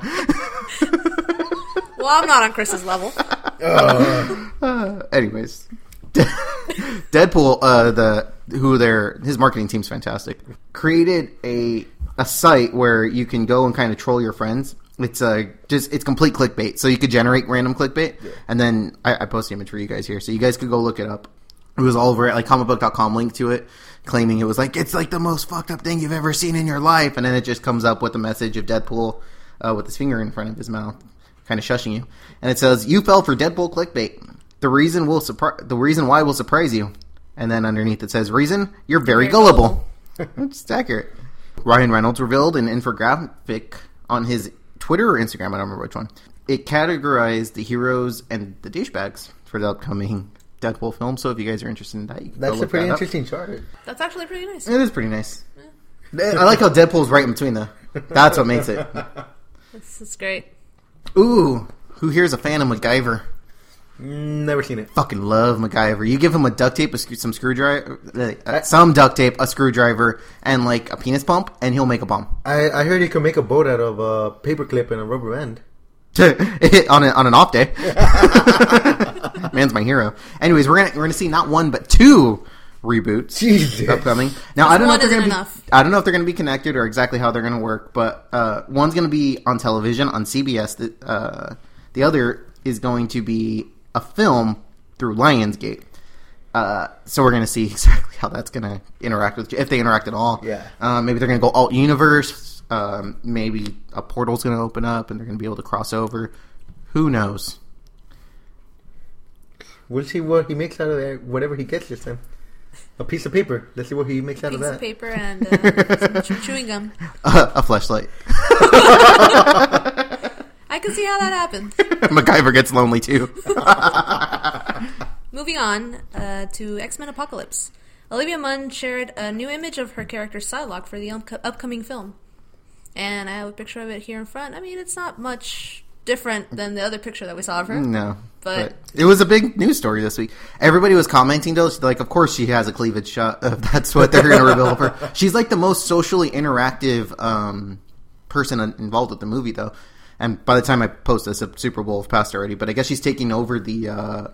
Speaker 3: well, I'm not on Chris's level.
Speaker 1: Uh, anyways, Deadpool, uh, the who their his marketing team's fantastic. Created a a site where you can go and kind of troll your friends. It's uh, just it's complete clickbait, so you could generate random clickbait, and then I, I post the image for you guys here, so you guys could go look it up. It was all over it, like comicbook.com linked to it, claiming it was like it's like the most fucked up thing you've ever seen in your life, and then it just comes up with the message of Deadpool uh, with his finger in front of his mouth, kind of shushing you, and it says you fell for Deadpool clickbait. The reason will surpri- the reason why will surprise you, and then underneath it says reason you're very
Speaker 3: Very
Speaker 1: gullible. It's accurate. Ryan Reynolds revealed an infographic on his Twitter or Instagram, I don't remember which one. It categorized the heroes and the douchebags for the upcoming Deadpool film. So if you guys are interested in that, you can go
Speaker 2: That's a
Speaker 1: look
Speaker 2: pretty
Speaker 1: that up.
Speaker 2: interesting chart.
Speaker 3: That's actually pretty nice.
Speaker 1: It is pretty nice. I like how Deadpool's right in between though. That's what makes it.
Speaker 3: This is great.
Speaker 1: Ooh, who here's a fan of MacGyver?
Speaker 2: Never seen it.
Speaker 1: Fucking love MacGyver. You give him a duct tape, a screw, some screwdriver, uh, some duct tape, a screwdriver, and like a penis pump, and he'll make a bomb.
Speaker 2: I, I heard you can make a boat out of a paperclip and a rubber band.
Speaker 1: on, a, on an off day. Man's my hero. Anyways, we're gonna we're gonna see not one but two reboots
Speaker 2: Jesus.
Speaker 1: upcoming. Now I don't know
Speaker 3: one
Speaker 1: if they're gonna
Speaker 3: isn't
Speaker 1: be,
Speaker 3: enough.
Speaker 1: I don't know if they're gonna be connected or exactly how they're gonna work, but uh, one's gonna be on television on CBS. The, uh, the other is going to be a film through Lionsgate. Uh, so we're gonna see exactly how that's gonna interact with if they interact at all.
Speaker 2: Yeah.
Speaker 1: Uh, maybe they're going to go alt universe. Um, maybe a portal's going to open up and they're going to be able to cross over. Who knows?
Speaker 2: We'll see what he makes out of that, whatever he gets this time. A piece of paper. Let's see what he makes out
Speaker 3: Piece
Speaker 2: of
Speaker 3: of
Speaker 2: that.
Speaker 3: paper and uh, some chew- chewing gum.
Speaker 1: a flashlight.
Speaker 3: I can see how that happened.
Speaker 1: MacGyver gets lonely too.
Speaker 3: Moving on uh, to X Men Apocalypse. Olivia Munn shared a new image of her character Psylocke for the unco- upcoming film. And I have a picture of it here in front. I mean, it's not much different than the other picture that we saw of her.
Speaker 1: No.
Speaker 3: But-
Speaker 1: it was a big news story this week. Everybody was commenting though, like, of course she has a cleavage shot. If that's what they're going to reveal of her. She's like the most socially interactive um, person in- involved with the movie though. And by the time I post this, the Super Bowl have passed already. But I guess she's taking over the uh,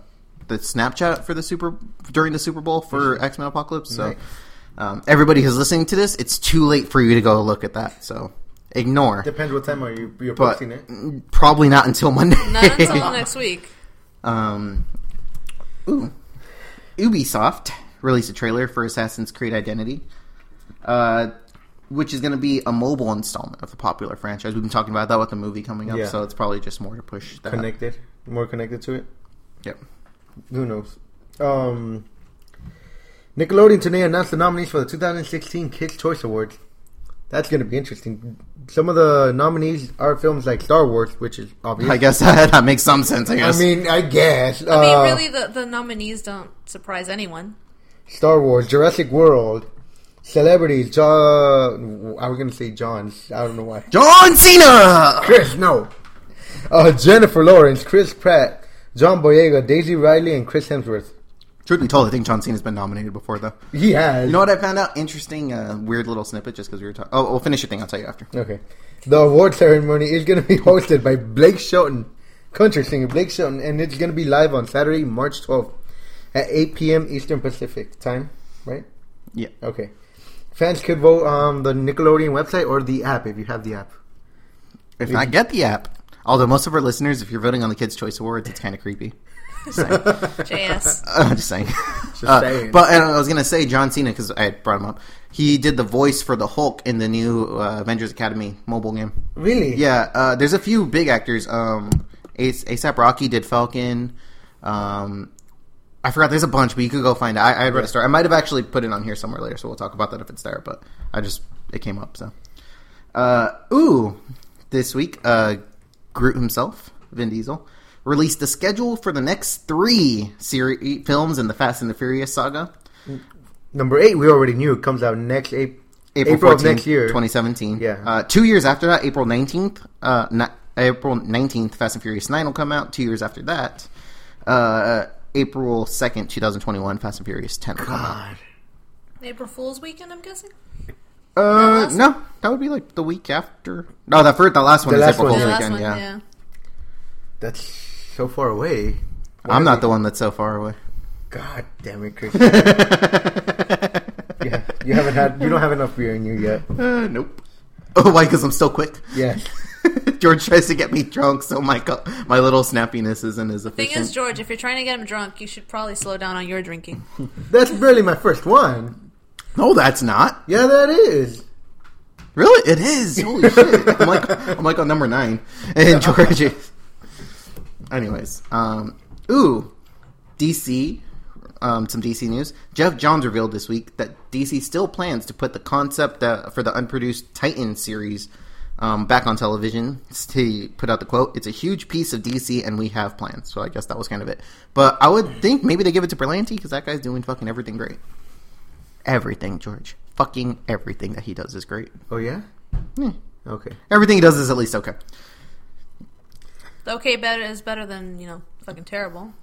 Speaker 1: the Snapchat for the Super during the Super Bowl for X Men Apocalypse. So
Speaker 2: Nice.
Speaker 1: um, everybody who's listening to this, it's too late for you to go look at that. So ignore.
Speaker 2: Depends what time are you, you're
Speaker 1: but
Speaker 2: posting it.
Speaker 1: probably not until Monday.
Speaker 3: Not until next week.
Speaker 1: Um, ooh. Ubisoft released a trailer for Assassin's Creed Identity, uh, which is going to be a mobile installment of the popular franchise. We've been talking about that with the movie coming up,
Speaker 2: Yeah.
Speaker 1: so it's probably just more to push that.
Speaker 2: Connected. More connected to it.
Speaker 1: Yep.
Speaker 2: Who knows? Um, Nickelodeon today announced the nominees for the 2016 Kids Choice Awards. That's going to be interesting. Some of the nominees are films like Star Wars, which is obvious.
Speaker 1: I guess that, that makes some sense. I
Speaker 2: I
Speaker 1: guess.
Speaker 2: mean, I guess.
Speaker 3: I mean,
Speaker 2: uh,
Speaker 3: really, the, the nominees don't surprise anyone.
Speaker 2: Star Wars, Jurassic World, celebrities. John, I was going to say John's. I don't know why.
Speaker 1: John Cena.
Speaker 2: Chris, no. Uh, Jennifer Lawrence, Chris Pratt, John Boyega, Daisy Riley, and Chris Hemsworth.
Speaker 1: Truth be told, I think John Cena's been nominated before, though.
Speaker 2: He has.
Speaker 1: You know what I found out? Interesting, uh, weird little snippet. Just because we were talking. Oh, we'll finish your thing. I'll tell you after.
Speaker 2: Okay. The award ceremony is going to be hosted by Blake Shelton, country singer Blake Shelton, and it's going to be live on Saturday, March 12th at 8 p.m. Eastern Pacific time, right?
Speaker 1: Yeah.
Speaker 2: Okay. Fans could vote on the Nickelodeon website or the app if you have the app.
Speaker 1: If I get the app. Although most of our listeners, if you're voting on the Kids' Choice Awards, it's kind of creepy. Just saying.
Speaker 3: JS.
Speaker 1: I'm just saying.
Speaker 2: Just
Speaker 1: Uh,
Speaker 2: saying.
Speaker 1: But and I was gonna say John Cena because I had brought him up. He did the voice for the Hulk in the new uh, Avengers Academy mobile game.
Speaker 2: Really?
Speaker 1: Yeah, uh, there's a few big actors. Um, ASAP Rocky did Falcon. Um, I forgot. There's a bunch, but you could go find it. I, I had read a story. I might have actually put it on here somewhere later, so we'll talk about that if it's there. But I just it came up. So, uh, ooh, this week, uh, Groot himself, Vin Diesel, released the schedule for the next three series films in the Fast and the Furious saga.
Speaker 2: Number eight, we already knew. It comes out next April,
Speaker 1: April,
Speaker 2: April,
Speaker 1: 14th,
Speaker 2: of next year.
Speaker 1: 2017.
Speaker 2: Yeah.
Speaker 1: Uh, two years after that, April 19th, uh, ni- April 19th, Fast and Furious 9 will come out. Two years after that, uh, April 2nd, 2021, Fast and Furious 10 will come out.
Speaker 2: God.
Speaker 3: April Fool's weekend, I'm guessing?
Speaker 1: Uh,
Speaker 3: last-
Speaker 1: no, that would be like the week after. No, the first, the last one
Speaker 2: The
Speaker 1: is
Speaker 2: last
Speaker 1: April
Speaker 2: one.
Speaker 1: Fool's
Speaker 2: The
Speaker 3: last
Speaker 1: weekend.
Speaker 3: one,
Speaker 1: yeah.
Speaker 2: That's so far away.
Speaker 1: I'm not the one that's so far away.
Speaker 2: God damn it, Chris. yeah, you haven't had. You don't have enough beer in you yet.
Speaker 1: Uh, nope. Oh, why? Because I'm still quick.
Speaker 2: Yeah.
Speaker 1: George tries to get me drunk, so my co- my little snappiness isn't as
Speaker 3: Thing
Speaker 1: efficient.
Speaker 3: is, George, if you're trying to get him drunk, you should probably slow down on your drinking.
Speaker 2: That's barely my first one.
Speaker 1: no, that's not.
Speaker 2: Yeah, that is.
Speaker 1: Really? It is. Holy shit. I'm like I'm like on number nine. And George is- Anyways, um Ooh. DC um, some DC news. Jeff Johns revealed this week that DC still plans to put the concept uh, for the unproduced Titan series um, back on television. He put out the quote, "It's a huge piece of DC, and we have plans." So I guess that was kind of it. But I would think maybe they give it to Berlanti because that guy's doing fucking everything great. Everything, George. Fucking everything that he does is great.
Speaker 2: Oh yeah.
Speaker 1: Yeah.
Speaker 2: Okay.
Speaker 1: Eh, Everything he does is at least okay.
Speaker 3: Okay, better is better than, you know, fucking terrible.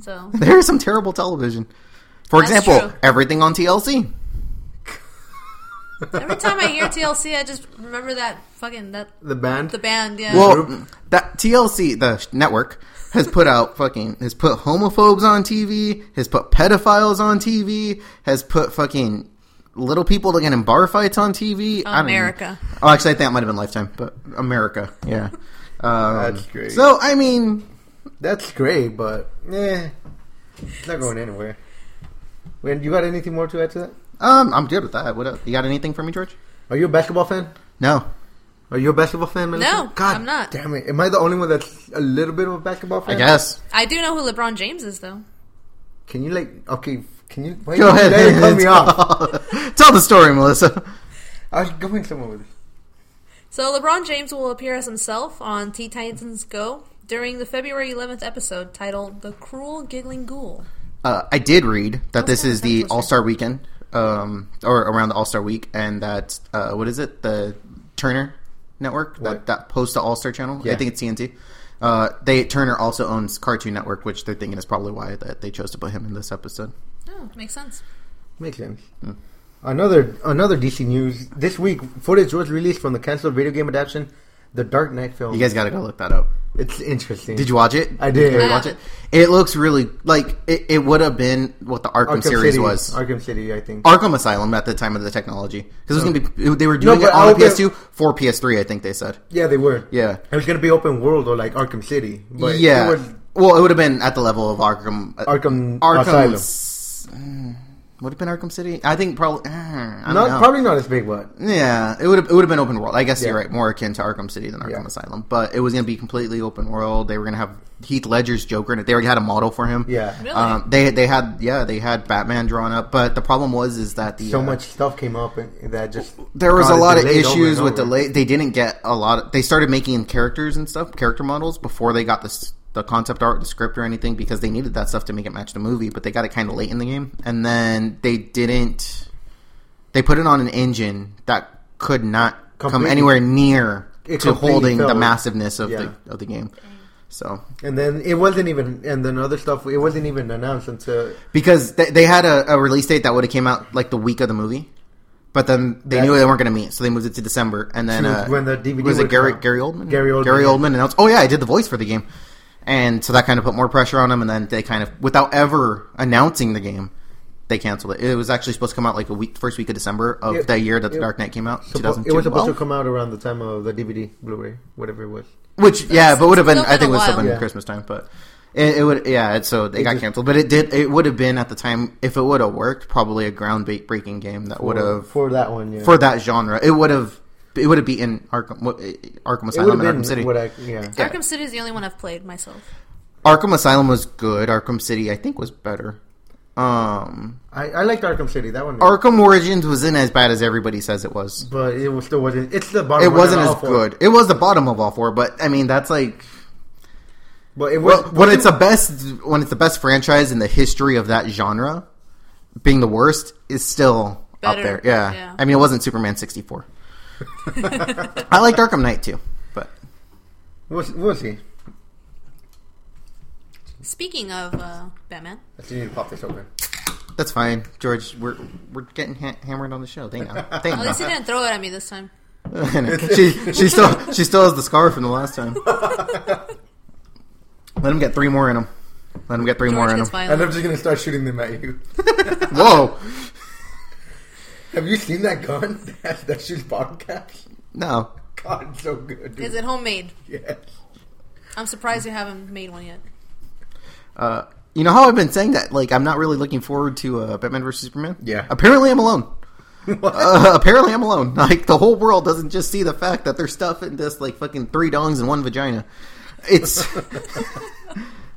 Speaker 3: So,
Speaker 1: There is some terrible television. For
Speaker 3: That's
Speaker 1: example,
Speaker 3: true.
Speaker 1: everything on TLC.
Speaker 3: every time I hear TLC, I just remember that fucking, that,
Speaker 2: The band.
Speaker 3: the band, yeah.
Speaker 1: Well, that TLC, the sh- network, has put out fucking has put homophobes on TV, has put pedophiles on TV, has put fucking little people that get in bar fights on TV. I don't even-
Speaker 3: America.
Speaker 1: Oh, actually, I think that might have been Lifetime, but America, yeah. Um,
Speaker 2: Oh, That's great.
Speaker 1: So, I mean,
Speaker 2: That's great, but eh, it's not going anywhere. When you got anything more to add to that?
Speaker 1: um, I'm good with that. What else? You got anything for me, George?
Speaker 2: Are you a basketball fan?
Speaker 1: No.
Speaker 2: Are you a basketball fan, Melissa?
Speaker 3: No,
Speaker 2: God
Speaker 3: I'm not.
Speaker 2: Damn it! Am I the only one that's a little bit of a basketball
Speaker 1: I
Speaker 2: fan?
Speaker 1: guess.
Speaker 3: I do know who LeBron James is, though.
Speaker 2: Can you like? Okay. Can you? Why
Speaker 1: Go
Speaker 2: you
Speaker 1: ahead.
Speaker 2: let it cut me off.
Speaker 1: Tell- Tell the story, Melissa.
Speaker 2: I was going somewhere with this.
Speaker 3: So LeBron James will appear as himself on Teen Titans Go during the February 11th episode titled "The Cruel Giggling Ghoul."
Speaker 1: Uh, I did read that this
Speaker 3: Okay,
Speaker 1: is the
Speaker 3: that's
Speaker 1: All Star Weekend, um, or around the All Star Week, and that uh, what is it? The Turner Network that
Speaker 2: What?
Speaker 1: that posts the All Star Channel. I
Speaker 2: Yeah.
Speaker 1: think it's TNT. Uh, they Turner also owns Cartoon Network, which they're thinking is probably why that they chose to put him in this episode.
Speaker 3: Oh, makes sense.
Speaker 2: Makes sense. Hmm. Another another DC news this week. Footage was released from the canceled video game adaptation, The Dark Knight film.
Speaker 1: You guys got to go look that up.
Speaker 2: it's interesting.
Speaker 1: Did you watch it?
Speaker 2: I did.
Speaker 1: you watch it? It looks really like it, it would have been what the Arkham, series
Speaker 2: City
Speaker 1: was. Oh.
Speaker 2: Arkham City, I think.
Speaker 1: Arkham Asylum at the time of the technology because it was going to be they were doing
Speaker 2: No,
Speaker 1: it
Speaker 2: but
Speaker 1: on the
Speaker 2: I'll get-
Speaker 1: PS2 for PS3. I think they said.
Speaker 2: yeah, they were.
Speaker 1: Yeah.
Speaker 2: it was gonna be open world or like Arkham City. But
Speaker 1: yeah.
Speaker 2: it was
Speaker 1: well, it would have been at the level of Arkham. uh,
Speaker 2: Arkham
Speaker 1: Arkham.
Speaker 2: Asylum.
Speaker 1: s- mm, Would have been Arkham City. I think probably. uh, I don't
Speaker 2: not
Speaker 1: know.
Speaker 2: probably not as big, but
Speaker 1: Yeah, it would have it would have been open world. I guess you're
Speaker 2: Yeah.
Speaker 1: right, more akin to Arkham City than Arkham
Speaker 2: Yeah.
Speaker 1: Asylum. But it was going to be completely open world. They were going to have Heath Ledger's Joker in it. They already had a model for him.
Speaker 2: Yeah.
Speaker 3: Really?
Speaker 1: Um, they they had yeah they had Batman drawn up, but the problem was is that the
Speaker 2: so
Speaker 1: uh,
Speaker 2: much stuff came up and that just
Speaker 1: there was
Speaker 2: got
Speaker 1: a
Speaker 2: it
Speaker 1: lot of
Speaker 2: delayed over
Speaker 1: issues
Speaker 2: and
Speaker 1: with
Speaker 2: over.
Speaker 1: delay. They didn't get a lot. Of, they started making characters and stuff, character models before they got the s- the concept art, the script, or anything because they needed that stuff to make it match the movie. But they got it kind of late in the game, and then they didn't. They put it on an engine that could not come
Speaker 2: Completely-
Speaker 1: anywhere near
Speaker 2: It
Speaker 1: to
Speaker 2: completely
Speaker 1: holding the
Speaker 2: fell.
Speaker 1: massiveness of
Speaker 2: Yeah.
Speaker 1: the of the game. So
Speaker 2: And then it wasn't even, and then other stuff. It wasn't even announced until
Speaker 1: because they, they had a, a release date that would have came out like the week of the movie, but then they
Speaker 2: That-
Speaker 1: knew they weren't going to meet, so they moved it to December. And then
Speaker 2: To
Speaker 1: uh,
Speaker 2: when the DVD
Speaker 1: was it
Speaker 2: would
Speaker 1: Gary
Speaker 2: come out.
Speaker 1: Gary Oldman
Speaker 2: Gary Oldman,
Speaker 1: Gary
Speaker 2: yeah.
Speaker 1: Oldman announced, oh yeah, I did the voice for the game, and so that kind of put more pressure on them. And then they kind of without ever announcing the game. they canceled it. It was actually supposed to come out like a week, first week of December of
Speaker 2: It-
Speaker 1: the year that The
Speaker 2: it-
Speaker 1: Dark Knight came out,
Speaker 2: Suppo- it was supposed
Speaker 1: 2012?
Speaker 2: to come out around the time of the DVD, Blu-ray, whatever it was.
Speaker 1: Which yeah, but would have been.
Speaker 3: It's
Speaker 1: I think it was
Speaker 3: been a
Speaker 1: something
Speaker 2: while.
Speaker 1: in Christmas time, but it, it would yeah. It, so they got
Speaker 2: just-
Speaker 1: canceled, but it did. It would have been at the time if it would have worked, probably a ground ba- breaking game that would
Speaker 2: For-
Speaker 1: have for,
Speaker 2: for that one. Yeah.
Speaker 1: that genre. It would have it would have beaten Arkham what- Arkham
Speaker 2: it would
Speaker 1: Asylum
Speaker 2: have
Speaker 1: and
Speaker 2: been
Speaker 1: Arkham City.
Speaker 2: what I yeah.
Speaker 1: Yeah.
Speaker 3: Arkham City is the only one I've played myself.
Speaker 1: Arkham Asylum was good. Arkham City I think was better. Um,
Speaker 2: I, I liked Arkham City. That one,
Speaker 1: Arkham Origins wasn't as bad as everybody says it was.
Speaker 2: but it was, still wasn't. It's the bottom.
Speaker 1: It
Speaker 2: one
Speaker 1: wasn't
Speaker 2: out
Speaker 1: as
Speaker 2: of all four.
Speaker 1: good. It was the bottom of all four, but I mean that's like
Speaker 2: But it was.
Speaker 1: Well, when it's the best, when it's the best franchise in the history of that genre, being the worst is still
Speaker 3: Better,
Speaker 1: up there. Yeah.
Speaker 3: yeah.
Speaker 1: I mean, it wasn't Superman sixty four. I liked Arkham Knight too, but
Speaker 2: we'll, see- we'll see.
Speaker 3: Speaking of uh, Batman,
Speaker 2: I still need to pop this open.
Speaker 1: that's fine, George. We're we're getting ha- hammered on the show. They know. They
Speaker 3: at least he
Speaker 1: know.
Speaker 3: didn't throw it at me this time.
Speaker 1: I know. she she still she still has the scar from the last time. Let him get three more in him. Let him get three more
Speaker 3: George
Speaker 1: in him.
Speaker 3: gets violent.
Speaker 2: just gonna start shooting them at you.
Speaker 1: Whoa.
Speaker 2: Have you seen that gun? That, that shoots bottle caps.
Speaker 1: No.
Speaker 2: God, it's so good. Dude.
Speaker 3: Is it homemade?
Speaker 2: Yes.
Speaker 3: I'm surprised you haven't made one yet.
Speaker 1: Uh, you know how I've been saying that? Like, I'm not really looking forward to uh, Batman vs Superman.
Speaker 2: Yeah.
Speaker 1: Apparently, I'm alone. Uh, apparently, I'm alone. Like, the whole world doesn't just see the fact that there's stuff in this, like, fucking three dongs and one vagina. It's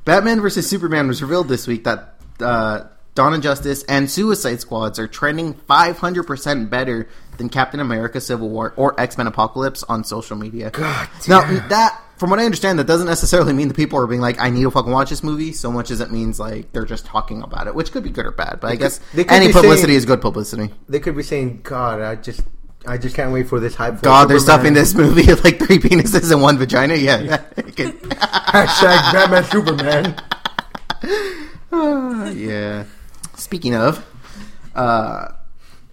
Speaker 1: Batman vs Superman was revealed this week that uh, Dawn of Justice and Suicide Squads are trending 500 percent better than Captain America: Civil War or X Men Apocalypse on social media.
Speaker 2: God
Speaker 1: Now that, from what I understand, that doesn't necessarily mean the people are being like, "I need to fucking watch this movie," so much as it means like they're just talking about it, which could be good or bad. But I guess
Speaker 2: they could
Speaker 1: any
Speaker 2: be
Speaker 1: publicity
Speaker 2: saying-
Speaker 1: is good publicity.
Speaker 2: They could be saying, "God, I just, I just can't wait for this hype." for
Speaker 1: God, there's stuff
Speaker 2: Superman."
Speaker 1: in this movie with like three penises and one vagina. Yeah, it could-
Speaker 2: Hashtag Batman Superman.
Speaker 1: yeah. Speaking of, uh,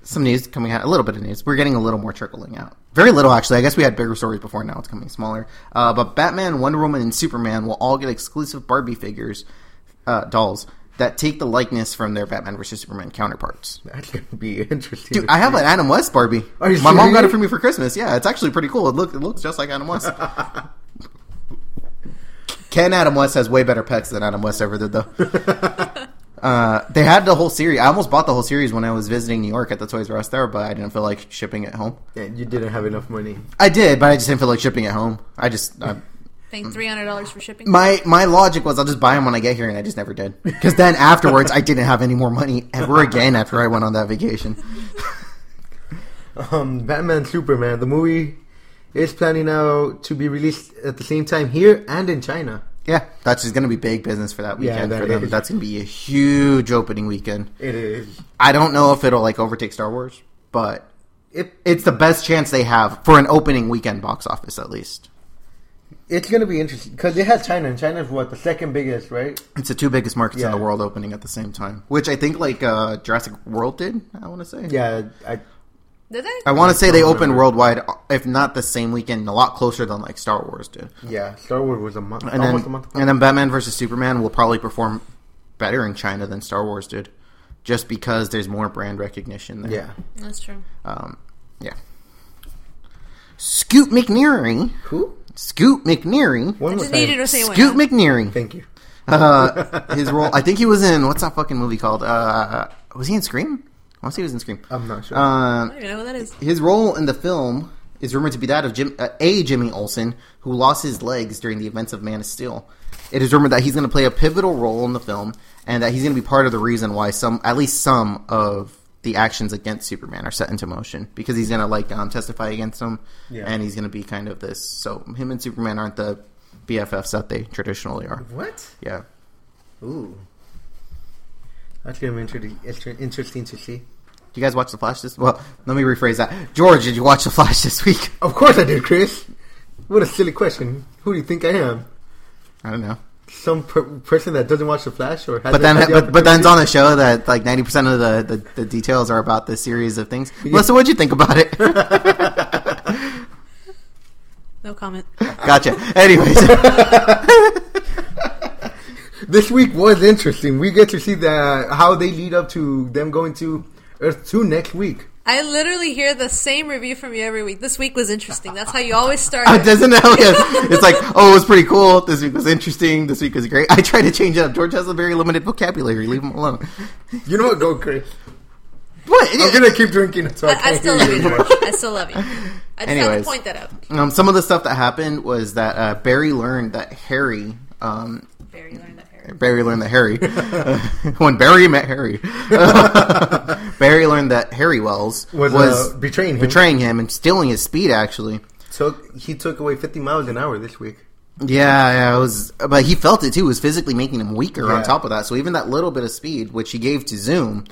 Speaker 1: some news coming out, a little bit of news. We're getting a little more trickling out. Very little, actually. I guess we had bigger stories before, now it's coming smaller. Uh, but Batman, Wonder Woman, and Superman will all get exclusive Barbie figures, uh, dolls, that take the likeness from their Batman versus Superman counterparts.
Speaker 2: That's gonna be interesting.
Speaker 1: Dude, I have an Adam West Barbie.
Speaker 2: Are you
Speaker 1: My mom got it
Speaker 2: serious?
Speaker 1: for me for Christmas. Yeah, it's actually pretty cool. It, look, it looks just like Adam West. Ken Adam West has way better pecs than Adam West ever did, though. uh, they had the whole series. I almost bought the whole series when I was visiting New York at the Toys R Us there, but I didn't feel like shipping it home.
Speaker 2: Yeah, you didn't have enough money.
Speaker 1: I did, but I just didn't feel like shipping it home. I just I,
Speaker 3: Paying three hundred dollars for shipping.
Speaker 1: my my logic was I'll just buy them when I get here, and I just never did. Because then afterwards, I didn't have any more money ever again after I went on that vacation.
Speaker 2: Um, Batman Superman, the movie, is planning now to be released at the same time here and in China.
Speaker 1: Yeah, that's just going to be big business for that
Speaker 2: Yeah,
Speaker 1: weekend
Speaker 2: that
Speaker 1: for them.
Speaker 2: is.
Speaker 1: That's going to be a huge opening weekend.
Speaker 2: It is.
Speaker 1: I don't know if it'll like overtake Star Wars, but
Speaker 2: It
Speaker 1: it's the best chance they have for an opening weekend box office at least.
Speaker 2: it's gonna be interesting because they had China, and China's what the second biggest, right?
Speaker 1: It's the two biggest markets in
Speaker 2: Yeah.
Speaker 1: the world opening at the same time, which I think like uh, Jurassic World did. I want to say.
Speaker 2: Yeah, I
Speaker 3: Did they?
Speaker 1: I want to say they
Speaker 2: don't
Speaker 1: opened
Speaker 2: remember.
Speaker 1: worldwide, if not the same weekend, a lot closer than like Star Wars did.
Speaker 2: yeah. Star Wars was a month,
Speaker 1: And
Speaker 2: almost a
Speaker 1: then,
Speaker 2: month.
Speaker 1: and then Batman versus Superman will probably perform better in China than Star Wars did, just because there's more brand recognition there.
Speaker 2: yeah,
Speaker 3: That's true.
Speaker 1: Um, yeah. Scoot McNeary.
Speaker 2: who?
Speaker 1: Scoot McNeary.
Speaker 2: One more
Speaker 3: I just
Speaker 2: time.
Speaker 3: needed to say
Speaker 1: Scoot
Speaker 3: one.
Speaker 1: McNeary.
Speaker 2: Thank you.
Speaker 1: Uh, his role. I think he was in what's that fucking movie called? Uh, was he in Scream? I want to say he was in Scream.
Speaker 2: I'm not sure.
Speaker 3: I
Speaker 1: Um,
Speaker 3: don't even know what that is.
Speaker 1: his role in the film is rumored to be that of Jim, uh, a Jimmy Olsen, who lost his legs during the events of Man of Steel. It is rumored that he's going to play a pivotal role in the film, and that he's going to be part of the reason why some, at least some of the actions against Superman are set into motion because he's going to like um, testify against him,
Speaker 2: Yeah.
Speaker 1: and he's going to be kind of this. So him and Superman aren't the BFFs that they traditionally are.
Speaker 2: what?
Speaker 1: Yeah.
Speaker 2: Ooh, that's gonna be interesting. It's interesting to see.
Speaker 1: Do you guys watch The Flash this? Well, let me rephrase that. George, did you watch The Flash this week?
Speaker 2: Of course I did, Chris. What a silly question. Who do you think I am?
Speaker 1: I don't know.
Speaker 2: Some per- person that doesn't watch The Flash or has
Speaker 1: But then, but, but then's on a show that like ninety percent of the, the, the details are about this series of things. Melissa, what'd you think about it?
Speaker 3: No comment.
Speaker 1: gotcha. Anyways,
Speaker 2: this week was interesting. We get to see the how they lead up to them going to Earth Two next week.
Speaker 3: I literally hear the same review from you every week. This week was interesting. That's how you always start.
Speaker 1: Uh,
Speaker 3: it.
Speaker 1: doesn't it? Oh, yes. It's like, oh, it was pretty cool. This week was interesting. This week was great. I try to change it up. George has a very limited vocabulary. Leave him alone.
Speaker 2: You know what? Go, Chris.
Speaker 1: What?
Speaker 2: I'm gonna keep drinking until I,
Speaker 3: I, I
Speaker 2: can't
Speaker 3: still
Speaker 2: hear
Speaker 3: love
Speaker 2: you
Speaker 3: you.
Speaker 2: anymore.
Speaker 3: George. I still love you. I just had to
Speaker 1: Anyways.
Speaker 3: point that out.
Speaker 1: Um, some of the stuff that happened was that uh, Barry learned that Harry. Um,
Speaker 3: Barry learned that hair.
Speaker 1: Barry learned that Harry. when Barry met Harry, Barry learned that Harry Wells
Speaker 2: Was,
Speaker 1: was,
Speaker 2: uh, betraying him.
Speaker 1: betraying him and stealing his speed. Actually,
Speaker 2: Took he took away 50 miles an hour this week.
Speaker 1: Yeah, yeah, it was, but he felt it too. It was physically making him weaker.
Speaker 2: Yeah.
Speaker 1: On top of that, so even that little bit of speed which he gave to Zoom,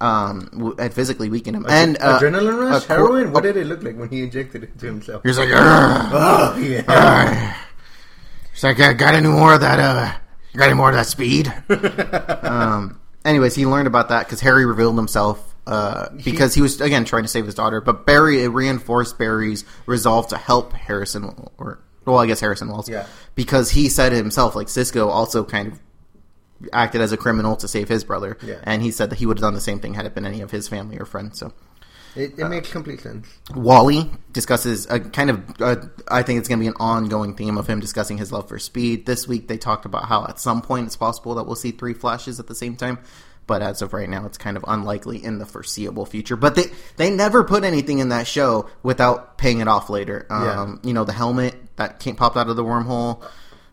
Speaker 1: um, w- had physically weakened him. and uh,
Speaker 2: Adrenaline rush,
Speaker 1: a cor-
Speaker 2: heroin. What did it look like when he injected it to himself?
Speaker 1: He's like, "Ugh."
Speaker 2: Oh yeah.
Speaker 1: he's like, "Uh, got any more of that? Uh, got any more of that speed? um, anyways, he learned about that because Harry revealed himself. Uh, because he was again trying to save his daughter, but Barry it reinforced Barry's resolve to help Harrison, or well, I guess Harrison Wells,
Speaker 2: Yeah.
Speaker 1: because he said it himself. Like Cisco also kind of acted as a criminal to save his brother.
Speaker 2: Yeah.
Speaker 1: And he said that he would have done the same thing had it been any of his family or friends. So
Speaker 2: It, it makes complete sense.
Speaker 1: Wally discusses a kind of, uh, I think it's going to be an ongoing theme of him discussing his love for speed. This week they talked about how at some point it's possible that we'll see three flashes at the same time. But as of right now, it's kind of unlikely in the foreseeable future. But they, they never put anything in that show without paying it off later.
Speaker 2: Yeah.
Speaker 1: Um, You know, the helmet that came, popped out of the wormhole.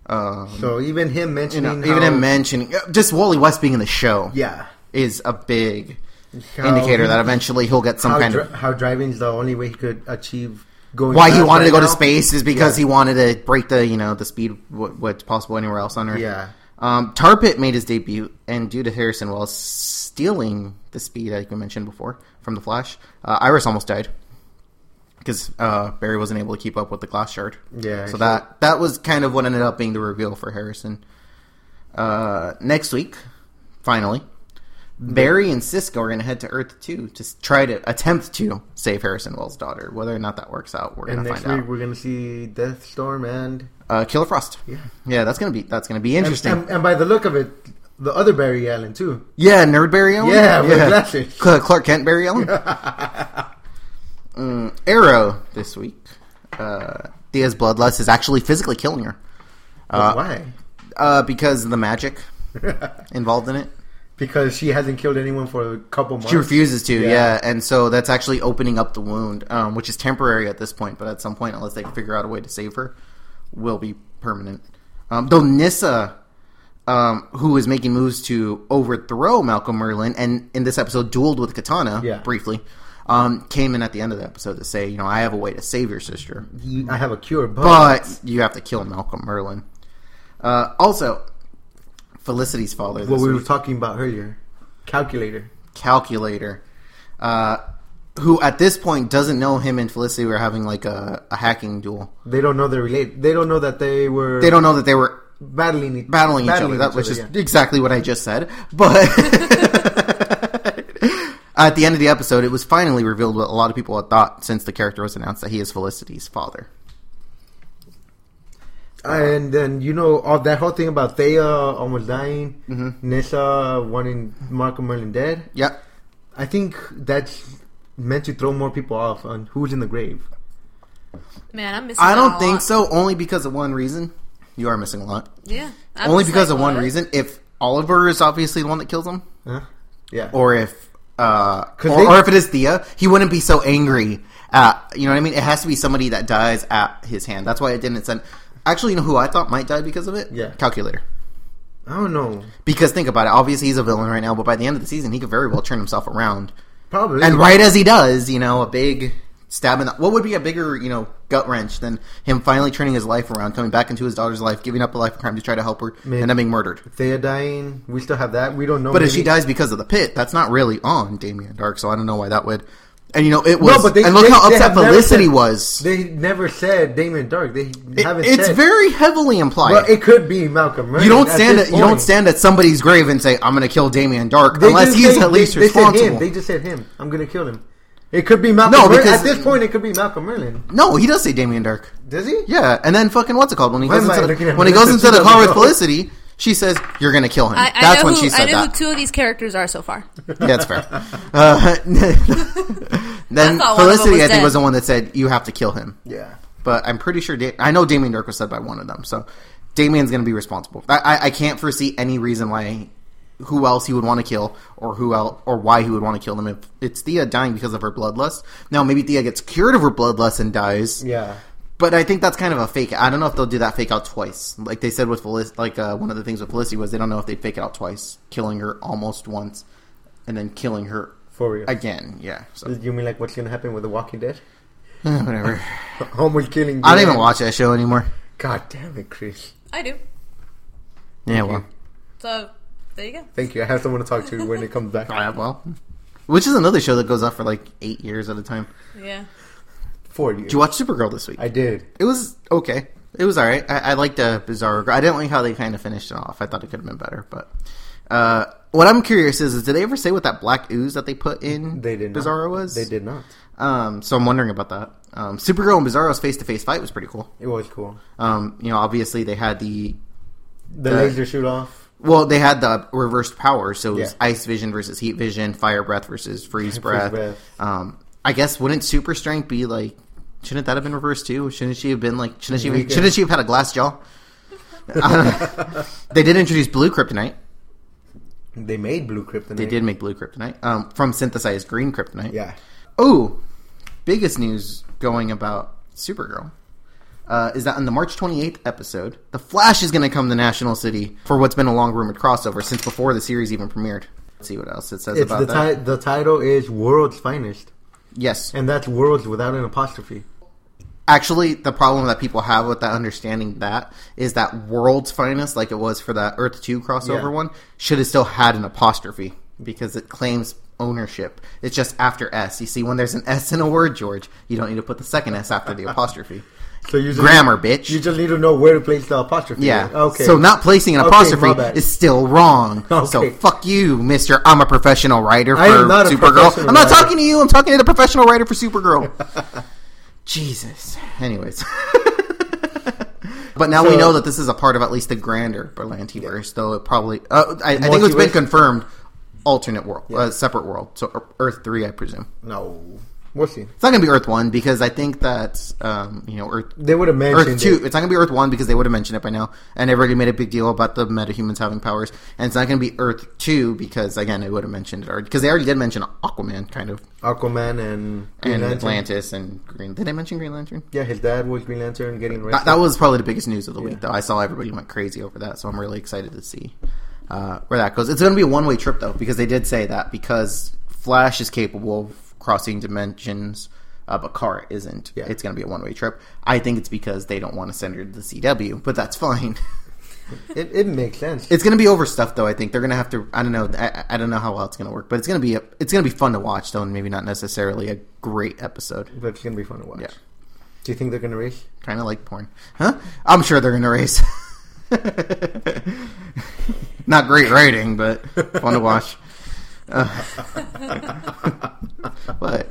Speaker 1: Um,
Speaker 2: So even him
Speaker 1: you know,
Speaker 2: mentioning,
Speaker 1: even
Speaker 2: how-
Speaker 1: him mentioning just Wally West being in the show
Speaker 2: yeah,
Speaker 1: is a big
Speaker 2: How-
Speaker 1: indicator that eventually he'll get some
Speaker 2: how,
Speaker 1: kind
Speaker 2: dri-
Speaker 1: of
Speaker 2: how driving is the only way he could achieve going.
Speaker 1: why he
Speaker 2: fast
Speaker 1: wanted to
Speaker 2: right
Speaker 1: go to
Speaker 2: now.
Speaker 1: space is because
Speaker 2: Yeah.
Speaker 1: he wanted to break the you know the speed what, what's possible anywhere else on Earth.
Speaker 2: Yeah.
Speaker 1: Um, Tar Pit made his debut, and due to Harrison Wells stealing the speed, like we mentioned before, from the Flash, uh, Iris almost died because uh, Barry wasn't able to keep up with the glass shard.
Speaker 2: Yeah,
Speaker 1: So
Speaker 2: sure.
Speaker 1: that that was kind of what ended up being the reveal for Harrison. Uh, next week, finally, Barry and Cisco are going to head to Earth two to s- try to attempt to save Harrison Wells' daughter. Whether or not that works out, we're going
Speaker 2: And
Speaker 1: to
Speaker 2: next
Speaker 1: find
Speaker 2: week
Speaker 1: out.
Speaker 2: we're gonna see Deathstorm and
Speaker 1: Uh, Killer Frost.
Speaker 2: Yeah.
Speaker 1: yeah, that's going to be that's going to be interesting.
Speaker 2: And, um, and by the look of it, the other Barry Allen too.
Speaker 1: yeah, Nerd Barry Allen.
Speaker 2: Yeah, with glasses.
Speaker 1: Cl- Clark Kent Barry Allen. Mm, Arrow this week. Uh, Thea's bloodlust is actually physically killing her. Uh,
Speaker 2: Why?
Speaker 1: Uh, because of the magic involved in it.
Speaker 2: Because she hasn't killed anyone for a couple months.
Speaker 1: She refuses to,
Speaker 2: Yeah.
Speaker 1: yeah. and so that's actually opening up the wound, um, which is temporary at this point. But at some point, unless they can figure out a way to save her, will be permanent. Um, though Nissa, um, who is making moves to overthrow Malcolm Merlin, and in this episode dueled with Katana
Speaker 2: Yeah.
Speaker 1: briefly, um, came in at the end of the episode to say, you know, I have a way to save your sister,
Speaker 2: You- I have a cure, but,
Speaker 1: but you have to kill Malcolm Merlin. Uh, also, Felicity's father. This
Speaker 2: what we
Speaker 1: week
Speaker 2: were talking about earlier, calculator.
Speaker 1: calculator, uh, who at this point doesn't know him and Felicity were having like a, a hacking duel.
Speaker 2: They don't know they're related. They don't know that they were
Speaker 1: They don't know that they were
Speaker 2: battling e-
Speaker 1: battling, each other, that, which is
Speaker 2: yeah.
Speaker 1: exactly what I just said. But at the end of the episode, it was finally revealed what a lot of people had thought since the character was announced that he is Felicity's father.
Speaker 2: And then you know all that whole thing about Thea almost dying,
Speaker 1: Mm-hmm.
Speaker 2: Nessa wanting Malcolm Merlin dead.
Speaker 1: Yep.
Speaker 2: I think that's meant to throw more people off on who's in the grave.
Speaker 3: Man, I'm missing.
Speaker 1: I
Speaker 3: that
Speaker 1: don't
Speaker 3: a
Speaker 1: think
Speaker 3: lot.
Speaker 1: so, only because of one reason. You are missing a lot.
Speaker 3: Yeah, I'm
Speaker 1: only
Speaker 3: just
Speaker 1: because
Speaker 3: like,
Speaker 1: of one
Speaker 3: what?
Speaker 1: reason. If Oliver is obviously the one that kills him,
Speaker 2: Huh? Yeah.
Speaker 1: or if uh, or,
Speaker 2: 'Cause they-
Speaker 1: or if it is Thea, he wouldn't be so angry. At, you know what I mean? It has to be somebody that dies at his hand. That's why I didn't send. Actually, you know who I thought might die because of it?
Speaker 2: Yeah.
Speaker 1: calculator.
Speaker 2: I don't know.
Speaker 1: Because think about it. Obviously, he's a villain right now, but by the end of the season, he could very well turn himself around.
Speaker 2: Probably.
Speaker 1: And right as he does, you know, a big stab in the. What would be a bigger, you know, gut wrench than him finally turning his life around, coming back into his daughter's life, giving up a life of crime to try to help her,
Speaker 2: Maybe.
Speaker 1: and then being murdered?
Speaker 2: Thea dying. We still have that. We don't know.
Speaker 1: But if
Speaker 2: maybe-
Speaker 1: she dies because of the pit, that's not really on Damien Dark, so I don't know why that would. And you know, it was.
Speaker 2: but they-
Speaker 1: and look
Speaker 2: they-
Speaker 1: how
Speaker 2: they
Speaker 1: upset
Speaker 2: have never
Speaker 1: Felicity
Speaker 2: said-
Speaker 1: was.
Speaker 2: they never said Damon Dark. They
Speaker 1: It-
Speaker 2: haven't.
Speaker 1: it's
Speaker 2: said-
Speaker 1: very heavily implied.
Speaker 2: Well, it could be Malcolm. Merlin
Speaker 1: you don't
Speaker 2: at
Speaker 1: stand
Speaker 2: this
Speaker 1: at, you don't
Speaker 2: point.
Speaker 1: stand at somebody's grave and say, "I'm going to kill Damien Dark,"
Speaker 2: They
Speaker 1: unless
Speaker 2: just
Speaker 1: he's
Speaker 2: say-
Speaker 1: at least
Speaker 2: they, They, said
Speaker 1: responsible.
Speaker 2: him. they just said him. I'm gonna kill him. It could be Malcolm.
Speaker 1: No,
Speaker 2: Merlin.
Speaker 1: because-
Speaker 2: at this point, it could be Malcolm Merlin.
Speaker 1: no, he does say Damien Dark.
Speaker 2: Does he?
Speaker 1: Yeah, and then fucking what's it called when he
Speaker 2: Why
Speaker 1: goes
Speaker 2: am I
Speaker 1: into
Speaker 2: looking
Speaker 1: the,
Speaker 2: at
Speaker 1: when he
Speaker 2: Melissa?
Speaker 1: goes into
Speaker 2: She
Speaker 1: the car with
Speaker 2: doesn't know.
Speaker 1: Felicity? She says, "You're gonna kill him."
Speaker 3: I, I
Speaker 1: That's
Speaker 3: know
Speaker 1: when
Speaker 3: who,
Speaker 1: she said
Speaker 3: I know
Speaker 1: that.
Speaker 3: who two of these characters are so far.
Speaker 1: Yeah, that's fair. Uh, then
Speaker 3: I thought one of them
Speaker 1: Felicity, I
Speaker 3: was
Speaker 1: think,
Speaker 3: dead.
Speaker 1: was the one that said, "You have to kill him."
Speaker 2: Yeah.
Speaker 1: But I'm pretty sure da- I know Damien Dirk was said by one of them, so Damien's going to be responsible. I, I, I can't foresee any reason why who else he would want to kill, or who else, or why he would want to kill them if it's Thea dying because of her bloodlust. Now maybe Thea gets cured of her bloodlust and dies.
Speaker 2: Yeah.
Speaker 1: But I think that's kind of a fake. I don't know if they'll do that fake out twice. Like they said with Felicity, like uh, one of the things with Felicity was they don't know if they'd fake it out twice, killing her almost once, and then killing her
Speaker 2: For real.
Speaker 1: again. Yeah, so
Speaker 2: you mean like what's gonna happen with The Walking Dead?
Speaker 1: whatever.
Speaker 2: Homer killing.
Speaker 1: I don't
Speaker 2: Glenn.
Speaker 1: even watch that show anymore.
Speaker 2: God damn it, Chris.
Speaker 3: I do.
Speaker 1: Yeah, well.
Speaker 3: So there you go.
Speaker 2: Thank you. I have someone to talk to when it comes back.
Speaker 1: All right, well, which is another show that goes up for like eight years at a time.
Speaker 3: Yeah.
Speaker 2: For you.
Speaker 1: Did you watch Supergirl this week?
Speaker 2: I did.
Speaker 1: it was okay. It was all right. I, I liked uh, Bizarro. Girl. I didn't like how they kind of finished it off. I thought it could have been better. But uh, what I'm curious is, is did they ever say what that black ooze that they put in
Speaker 2: They did. Not.
Speaker 1: Bizarro was?
Speaker 2: They did not.
Speaker 1: Um, so I'm wondering about that. Um, Supergirl and Bizarro's face to face fight was pretty cool.
Speaker 2: It was cool.
Speaker 1: Um, you know, obviously they had the
Speaker 2: The
Speaker 1: The-
Speaker 2: laser shoot off.
Speaker 1: well, they had the reversed power, so it was
Speaker 2: Yeah.
Speaker 1: ice vision versus heat vision, fire breath versus freeze breath.
Speaker 2: breath.
Speaker 1: Um, I guess wouldn't super strength be like? Shouldn't that have been reversed too? Shouldn't she have been like? Shouldn't she?
Speaker 2: We
Speaker 1: Have,
Speaker 2: could-
Speaker 1: shouldn't she have had a glass jaw? Um, they did introduce blue kryptonite.
Speaker 2: They made blue kryptonite.
Speaker 1: They did make blue kryptonite um, from synthesized green kryptonite.
Speaker 2: Yeah.
Speaker 1: Oh, biggest news going about Supergirl uh, is that on the March 28th episode, The Flash is going to come to National City for what's been a long rumored crossover since before the series even premiered. Let's see what else it says
Speaker 2: It's
Speaker 1: about
Speaker 2: the
Speaker 1: that.
Speaker 2: ti- the title is World's Finest,
Speaker 1: Yes.
Speaker 2: and that's World's without an apostrophe.
Speaker 1: Actually, the problem that people have with that understanding that is that World's Finest, like it was for that Earth 2 crossover
Speaker 2: Yeah.
Speaker 1: one, should have still had an apostrophe because it claims ownership. It's just after S. You see, when there's an S in a word, George, you don't need to put the second S after the apostrophe.
Speaker 2: So you just
Speaker 1: Grammar, bitch.
Speaker 2: You just need to know where to place the apostrophe.
Speaker 1: Yeah.
Speaker 2: Okay.
Speaker 1: So not placing an
Speaker 2: Okay,
Speaker 1: apostrophe
Speaker 2: my bad.
Speaker 1: is still wrong. So
Speaker 2: Okay.
Speaker 1: fuck you, Mister. I'm a professional writer for
Speaker 2: I am not a
Speaker 1: Supergirl.
Speaker 2: professional
Speaker 1: I'm not
Speaker 2: writer.
Speaker 1: talking to you. I'm talking to the professional writer for Supergirl. Jesus. Anyways. But now we
Speaker 2: So-
Speaker 1: know that this is a part of at least the grander Berlantiverse, though it probably. Uh, I, I think it's been
Speaker 2: Multiverse?
Speaker 1: confirmed. Alternate world, uh, separate world, so Ear- Earth three, I presume.
Speaker 2: no, we'll see.
Speaker 1: It's not going to be Earth one because I think that um, you know Earth
Speaker 2: They would have mentioned
Speaker 1: Earth two.
Speaker 2: it.
Speaker 1: It's not gonna be Earth one because they would have mentioned it by now, and they've already made a big deal about the metahumans having powers. And it's not gonna be Earth two because again, they would have mentioned it already because they already did mention Aquaman, kind of,
Speaker 2: Aquaman and Green
Speaker 1: and
Speaker 2: Lantern.
Speaker 1: Atlantis and Green. Did I mention Green Lantern?
Speaker 2: Yeah, his dad was Green Lantern getting
Speaker 1: That,
Speaker 2: arrested.
Speaker 1: that was probably the biggest news of the week, though. I saw everybody went crazy over that, so I'm really excited to see uh, where that goes. It's going to be a one way trip, though, because they did say that because Flash is capable of crossing dimensions, uh, but Kara isn't.
Speaker 2: Yeah.
Speaker 1: It's going to be a one way trip. I think it's because they don't want to send her to the CW, but that's fine.
Speaker 2: it, it makes sense.
Speaker 1: it's going to be overstuffed, though. I think they're going to have to. I don't know. I, I- I don't know how well it's going to work, but it's going to be a, it's going to be fun to watch, though, and maybe not necessarily a great episode.
Speaker 2: but it's gonna be fun to watch.
Speaker 1: Yeah.
Speaker 2: Do you think they're gonna race?
Speaker 1: Kind of like porn, huh? I'm sure they're gonna race. Not great rating, but fun to watch. Uh, but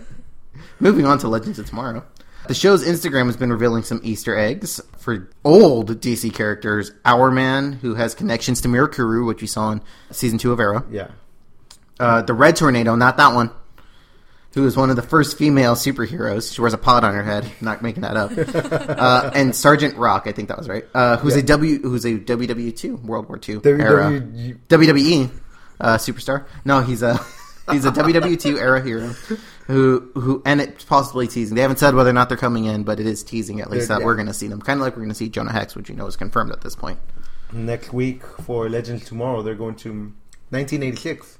Speaker 1: moving on to Legends of Tomorrow, the show's Instagram has been revealing some Easter eggs for old DC characters. Our Man, who has connections to Mirakuru, which we saw in season two of Arrow.
Speaker 2: Yeah.
Speaker 1: Uh, the Red Tornado, not that one. Who is one of the first female superheroes? She wears a pod on her head. Not making that up. uh, and Sergeant Rock, I think that was right. Uh, who's a W? Who's a WW two World War two era
Speaker 2: WWE
Speaker 1: WWE uh, superstar? No, he's a he's a WW two era hero. Who who and it's possibly teasing. They haven't said whether or not they're coming in, but it is teasing at least
Speaker 2: They're-
Speaker 1: that
Speaker 2: yeah.
Speaker 1: we're going to see them. Kind of like we're going to see Jonah Hex, which you know is confirmed at this point.
Speaker 2: next week for Legends Tomorrow. They're going to 1986.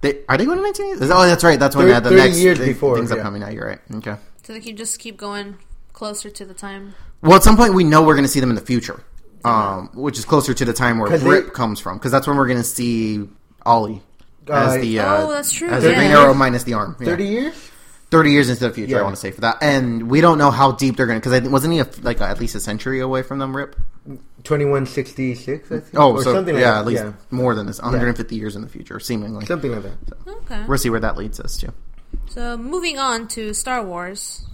Speaker 1: They, are they going to 1980? Oh, that's right. That's when
Speaker 2: Thir-
Speaker 1: uh, the
Speaker 2: 30
Speaker 1: next
Speaker 2: years
Speaker 1: thi-
Speaker 2: before,
Speaker 1: things
Speaker 2: yeah.
Speaker 1: are coming out. You're right. Okay.
Speaker 3: So they can just keep going closer to the time.
Speaker 1: Well, at some point, we know we're going to see them in the future, um, which is closer to the time where
Speaker 2: 'Cause they-
Speaker 1: Rip comes from, because that's when we're going to see Ollie as
Speaker 2: Uh,
Speaker 1: the uh,
Speaker 3: Oh, that's true,
Speaker 1: as the
Speaker 3: yeah.
Speaker 1: Green Arrow minus the arm. Yeah.
Speaker 2: 30
Speaker 1: Thirty
Speaker 2: years?
Speaker 1: years into the future, I
Speaker 2: Yeah.
Speaker 1: want to say for that, and we don't know how deep they're going to. Because wasn't he a, like at least a century away from them, Rip?
Speaker 2: 2166, I think.
Speaker 1: Oh, so yeah,
Speaker 2: that.
Speaker 1: at least
Speaker 2: Yeah.
Speaker 1: more than this, one hundred and fifty years in the future, seemingly.
Speaker 2: Something like that.
Speaker 3: Okay.
Speaker 1: We'll see where that leads us to.
Speaker 3: So moving on to Star Wars,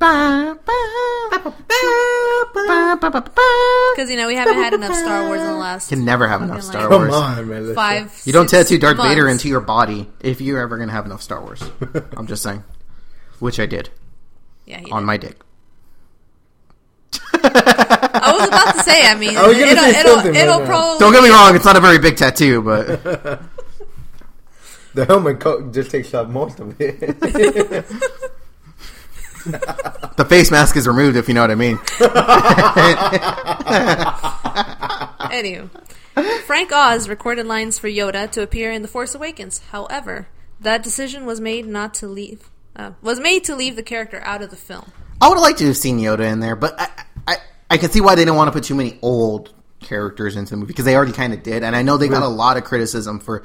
Speaker 3: because you know we haven't had enough Star Wars in the last.
Speaker 1: Can never have enough
Speaker 3: Fucking
Speaker 1: Star
Speaker 3: like-
Speaker 2: Come
Speaker 1: Wars.
Speaker 2: on, man. let's
Speaker 3: Five.
Speaker 1: You don't
Speaker 3: six
Speaker 1: tattoo Darth Vader
Speaker 3: months.
Speaker 1: into your body if you're ever gonna have enough Star Wars. I'm just saying, which I did
Speaker 3: Yeah, he
Speaker 1: on
Speaker 3: did.
Speaker 1: my dick.
Speaker 3: I was about to say. I mean,
Speaker 2: I was gonna
Speaker 3: it'll,
Speaker 2: say
Speaker 3: it'll,
Speaker 2: something
Speaker 3: it'll
Speaker 2: right now.
Speaker 3: probably
Speaker 1: Don't get me wrong; it's not a very big tattoo, but
Speaker 2: The helmet coat just takes up most of it.
Speaker 1: the face mask is removed if you know what I mean.
Speaker 3: Anywho, Frank Oz recorded lines for Yoda to appear in The Force Awakens. However, that decision was made not to leave. Uh, was made to leave the character out of the film.
Speaker 1: I would have liked to have seen Yoda in there, but I, I, I can see why they didn't want to put too many old characters into the movie because they already kind of did, and I know they got a lot of criticism for,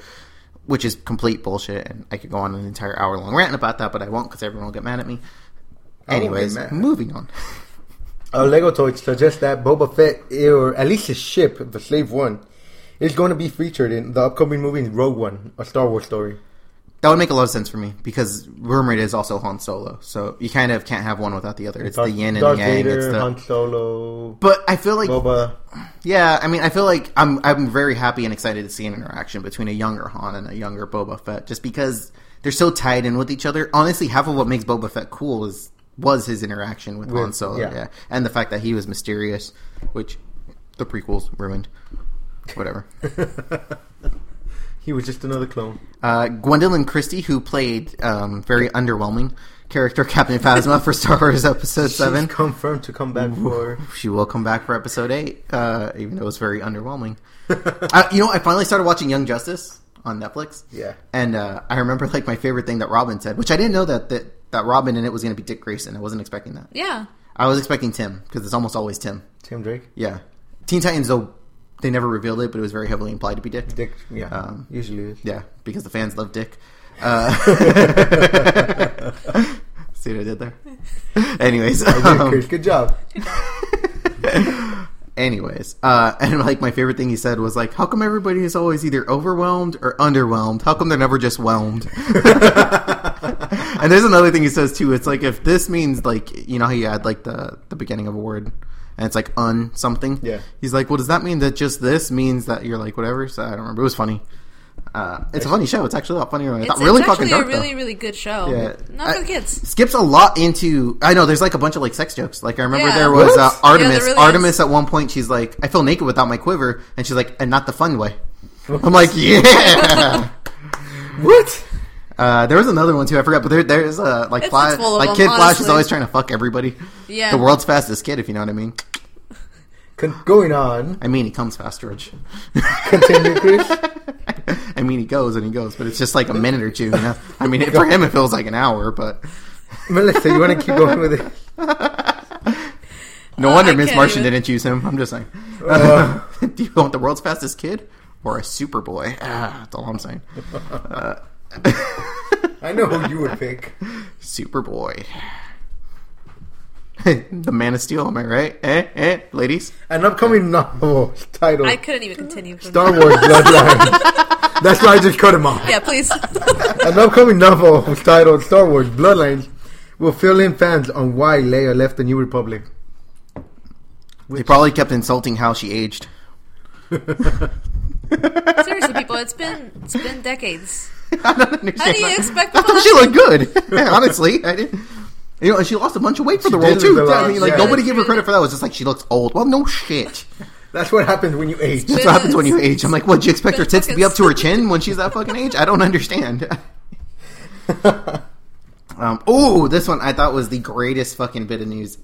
Speaker 1: which is complete bullshit, and I could go on an entire hour long rant about that, but I won't because everyone will get mad at me.
Speaker 2: won't get
Speaker 1: Anyways,
Speaker 2: mad.
Speaker 1: moving on.
Speaker 2: Our Oh, Lego toys suggest that Boba Fett, or at least his ship, the Slave One, is going to be featured in the upcoming movie Rogue One, a Star Wars story.
Speaker 1: That would make a lot of sense for me because rumored is also Han Solo, so you kind of can't have one without the other. It's the yin and
Speaker 2: Darth
Speaker 1: yang.
Speaker 2: Vader,
Speaker 1: it's the,
Speaker 2: Han Solo,
Speaker 1: but I feel like
Speaker 2: Boba.
Speaker 1: Yeah, I mean, I feel like I'm I'm very happy and excited to see an interaction between a younger Han and a younger Boba Fett, just because they're so tied in with each other. Honestly, half of what makes Boba Fett cool is was his interaction with, Han Solo,
Speaker 2: yeah.
Speaker 1: yeah. and the fact that he was mysterious, which the prequels ruined. Whatever.
Speaker 2: He was just another clone.
Speaker 1: uh, Gwendolyn Christie, who played um, very underwhelming character Captain Phasma for Star Wars Episode Seven,
Speaker 2: She's confirmed to come back for.
Speaker 1: she will come back for episode eight, uh, even though it's very underwhelming. uh, you know, I finally started watching Young Justice on Netflix.
Speaker 2: Yeah.
Speaker 1: and uh, I remember like my favorite thing that Robin said, which I didn't know that that, that Robin in it was going to be Dick Grayson. I wasn't expecting that.
Speaker 3: Yeah,
Speaker 1: I was expecting Tim because it's almost always Tim.
Speaker 2: Tim Drake.
Speaker 1: Yeah, Teen Titans though they never revealed it, but it was very heavily implied to be Dick.
Speaker 2: Dick. Yeah.
Speaker 1: Um,
Speaker 2: usually is.
Speaker 1: Yeah, because the fans love Dick. Uh, see what I did there? Anyways, um,
Speaker 2: Chris, good job.
Speaker 1: Anyways, uh, and like my favorite thing he said was like, "How come everybody is always either overwhelmed or underwhelmed? How come they're never just whelmed?" and there's another thing he says too. It's like if this means like you know how you add like the the beginning of a word, and it's like un something.
Speaker 2: Yeah.
Speaker 1: He's like, "Well, does that mean that just this means that you're like whatever?" So I don't remember. It was funny. Uh, it's a funny show. It's actually a lot funnier than I
Speaker 3: it's,
Speaker 1: thought. Really
Speaker 3: it's
Speaker 1: fucking
Speaker 3: actually
Speaker 1: dark
Speaker 3: a
Speaker 1: though.
Speaker 3: really really good show.
Speaker 1: Yeah.
Speaker 3: Not for
Speaker 1: I-
Speaker 3: the kids.
Speaker 1: skips a lot into i know there's like a bunch of like sex jokes like i remember
Speaker 3: Yeah.
Speaker 1: there was
Speaker 2: What?
Speaker 1: uh,
Speaker 3: Yeah, there
Speaker 1: artemis
Speaker 3: really
Speaker 1: artemis
Speaker 3: is.
Speaker 1: at one point she's like i feel naked without my quiver and she's like and not the fun way i'm like yeah
Speaker 2: What?
Speaker 1: uh, there was another one too i forgot but there, there's uh, like
Speaker 3: It's-
Speaker 1: flash
Speaker 3: it's full of
Speaker 1: like
Speaker 3: them,
Speaker 1: kid flash is
Speaker 3: honestly.
Speaker 1: always trying to fuck everybody
Speaker 3: Yeah.
Speaker 1: the world's fastest kid if you know what i mean
Speaker 2: Con- going on.
Speaker 1: i mean he comes fast george
Speaker 2: Continue, Chris.
Speaker 1: i mean he goes and he goes but it's just like a minute or two you know? i mean for him it feels like an hour but
Speaker 2: Melissa, you want to keep going with it?
Speaker 1: No
Speaker 3: Uh,
Speaker 1: wonder
Speaker 3: I
Speaker 1: Miss
Speaker 3: can't
Speaker 1: Martian
Speaker 3: even-
Speaker 1: didn't choose him. I'm just saying.
Speaker 2: Uh,
Speaker 1: Do you want the world's fastest kid or a Superboy? Ah, that's all I'm saying.
Speaker 2: I know who you would pick.
Speaker 1: Superboy. the Man of Steel, am I right? Eh, eh, ladies?
Speaker 2: An upcoming novel titled
Speaker 3: I couldn't even continue. from
Speaker 2: Star
Speaker 3: that.
Speaker 2: Wars Bloodline. That's why I just cut him off.
Speaker 3: Yeah, please.
Speaker 2: An upcoming novel titled Star Wars Bloodlines will fill in fans on why Leia left the New Republic.
Speaker 1: They probably kept insulting how she aged.
Speaker 3: Seriously, people, it's been it's been decades.
Speaker 1: I don't understand.
Speaker 3: How do you
Speaker 1: that.
Speaker 3: expect
Speaker 1: I
Speaker 3: people
Speaker 1: thought she looked good. Honestly, I didn't. You know, and she lost a bunch of weight for the
Speaker 2: She
Speaker 1: role
Speaker 2: did
Speaker 1: too.
Speaker 2: lose a lot,
Speaker 1: I mean, like
Speaker 2: yeah.
Speaker 1: nobody gave her credit for that. It was just like she looks old. Well, no shit.
Speaker 2: That's what happens when you age.
Speaker 1: That's what happens when you age. I'm like, what? Do you expect her
Speaker 3: Been
Speaker 1: tits to be up to her
Speaker 3: fucking-
Speaker 1: chin when she's that fucking age? I don't understand. um, oh, this one I thought was the greatest fucking bit of news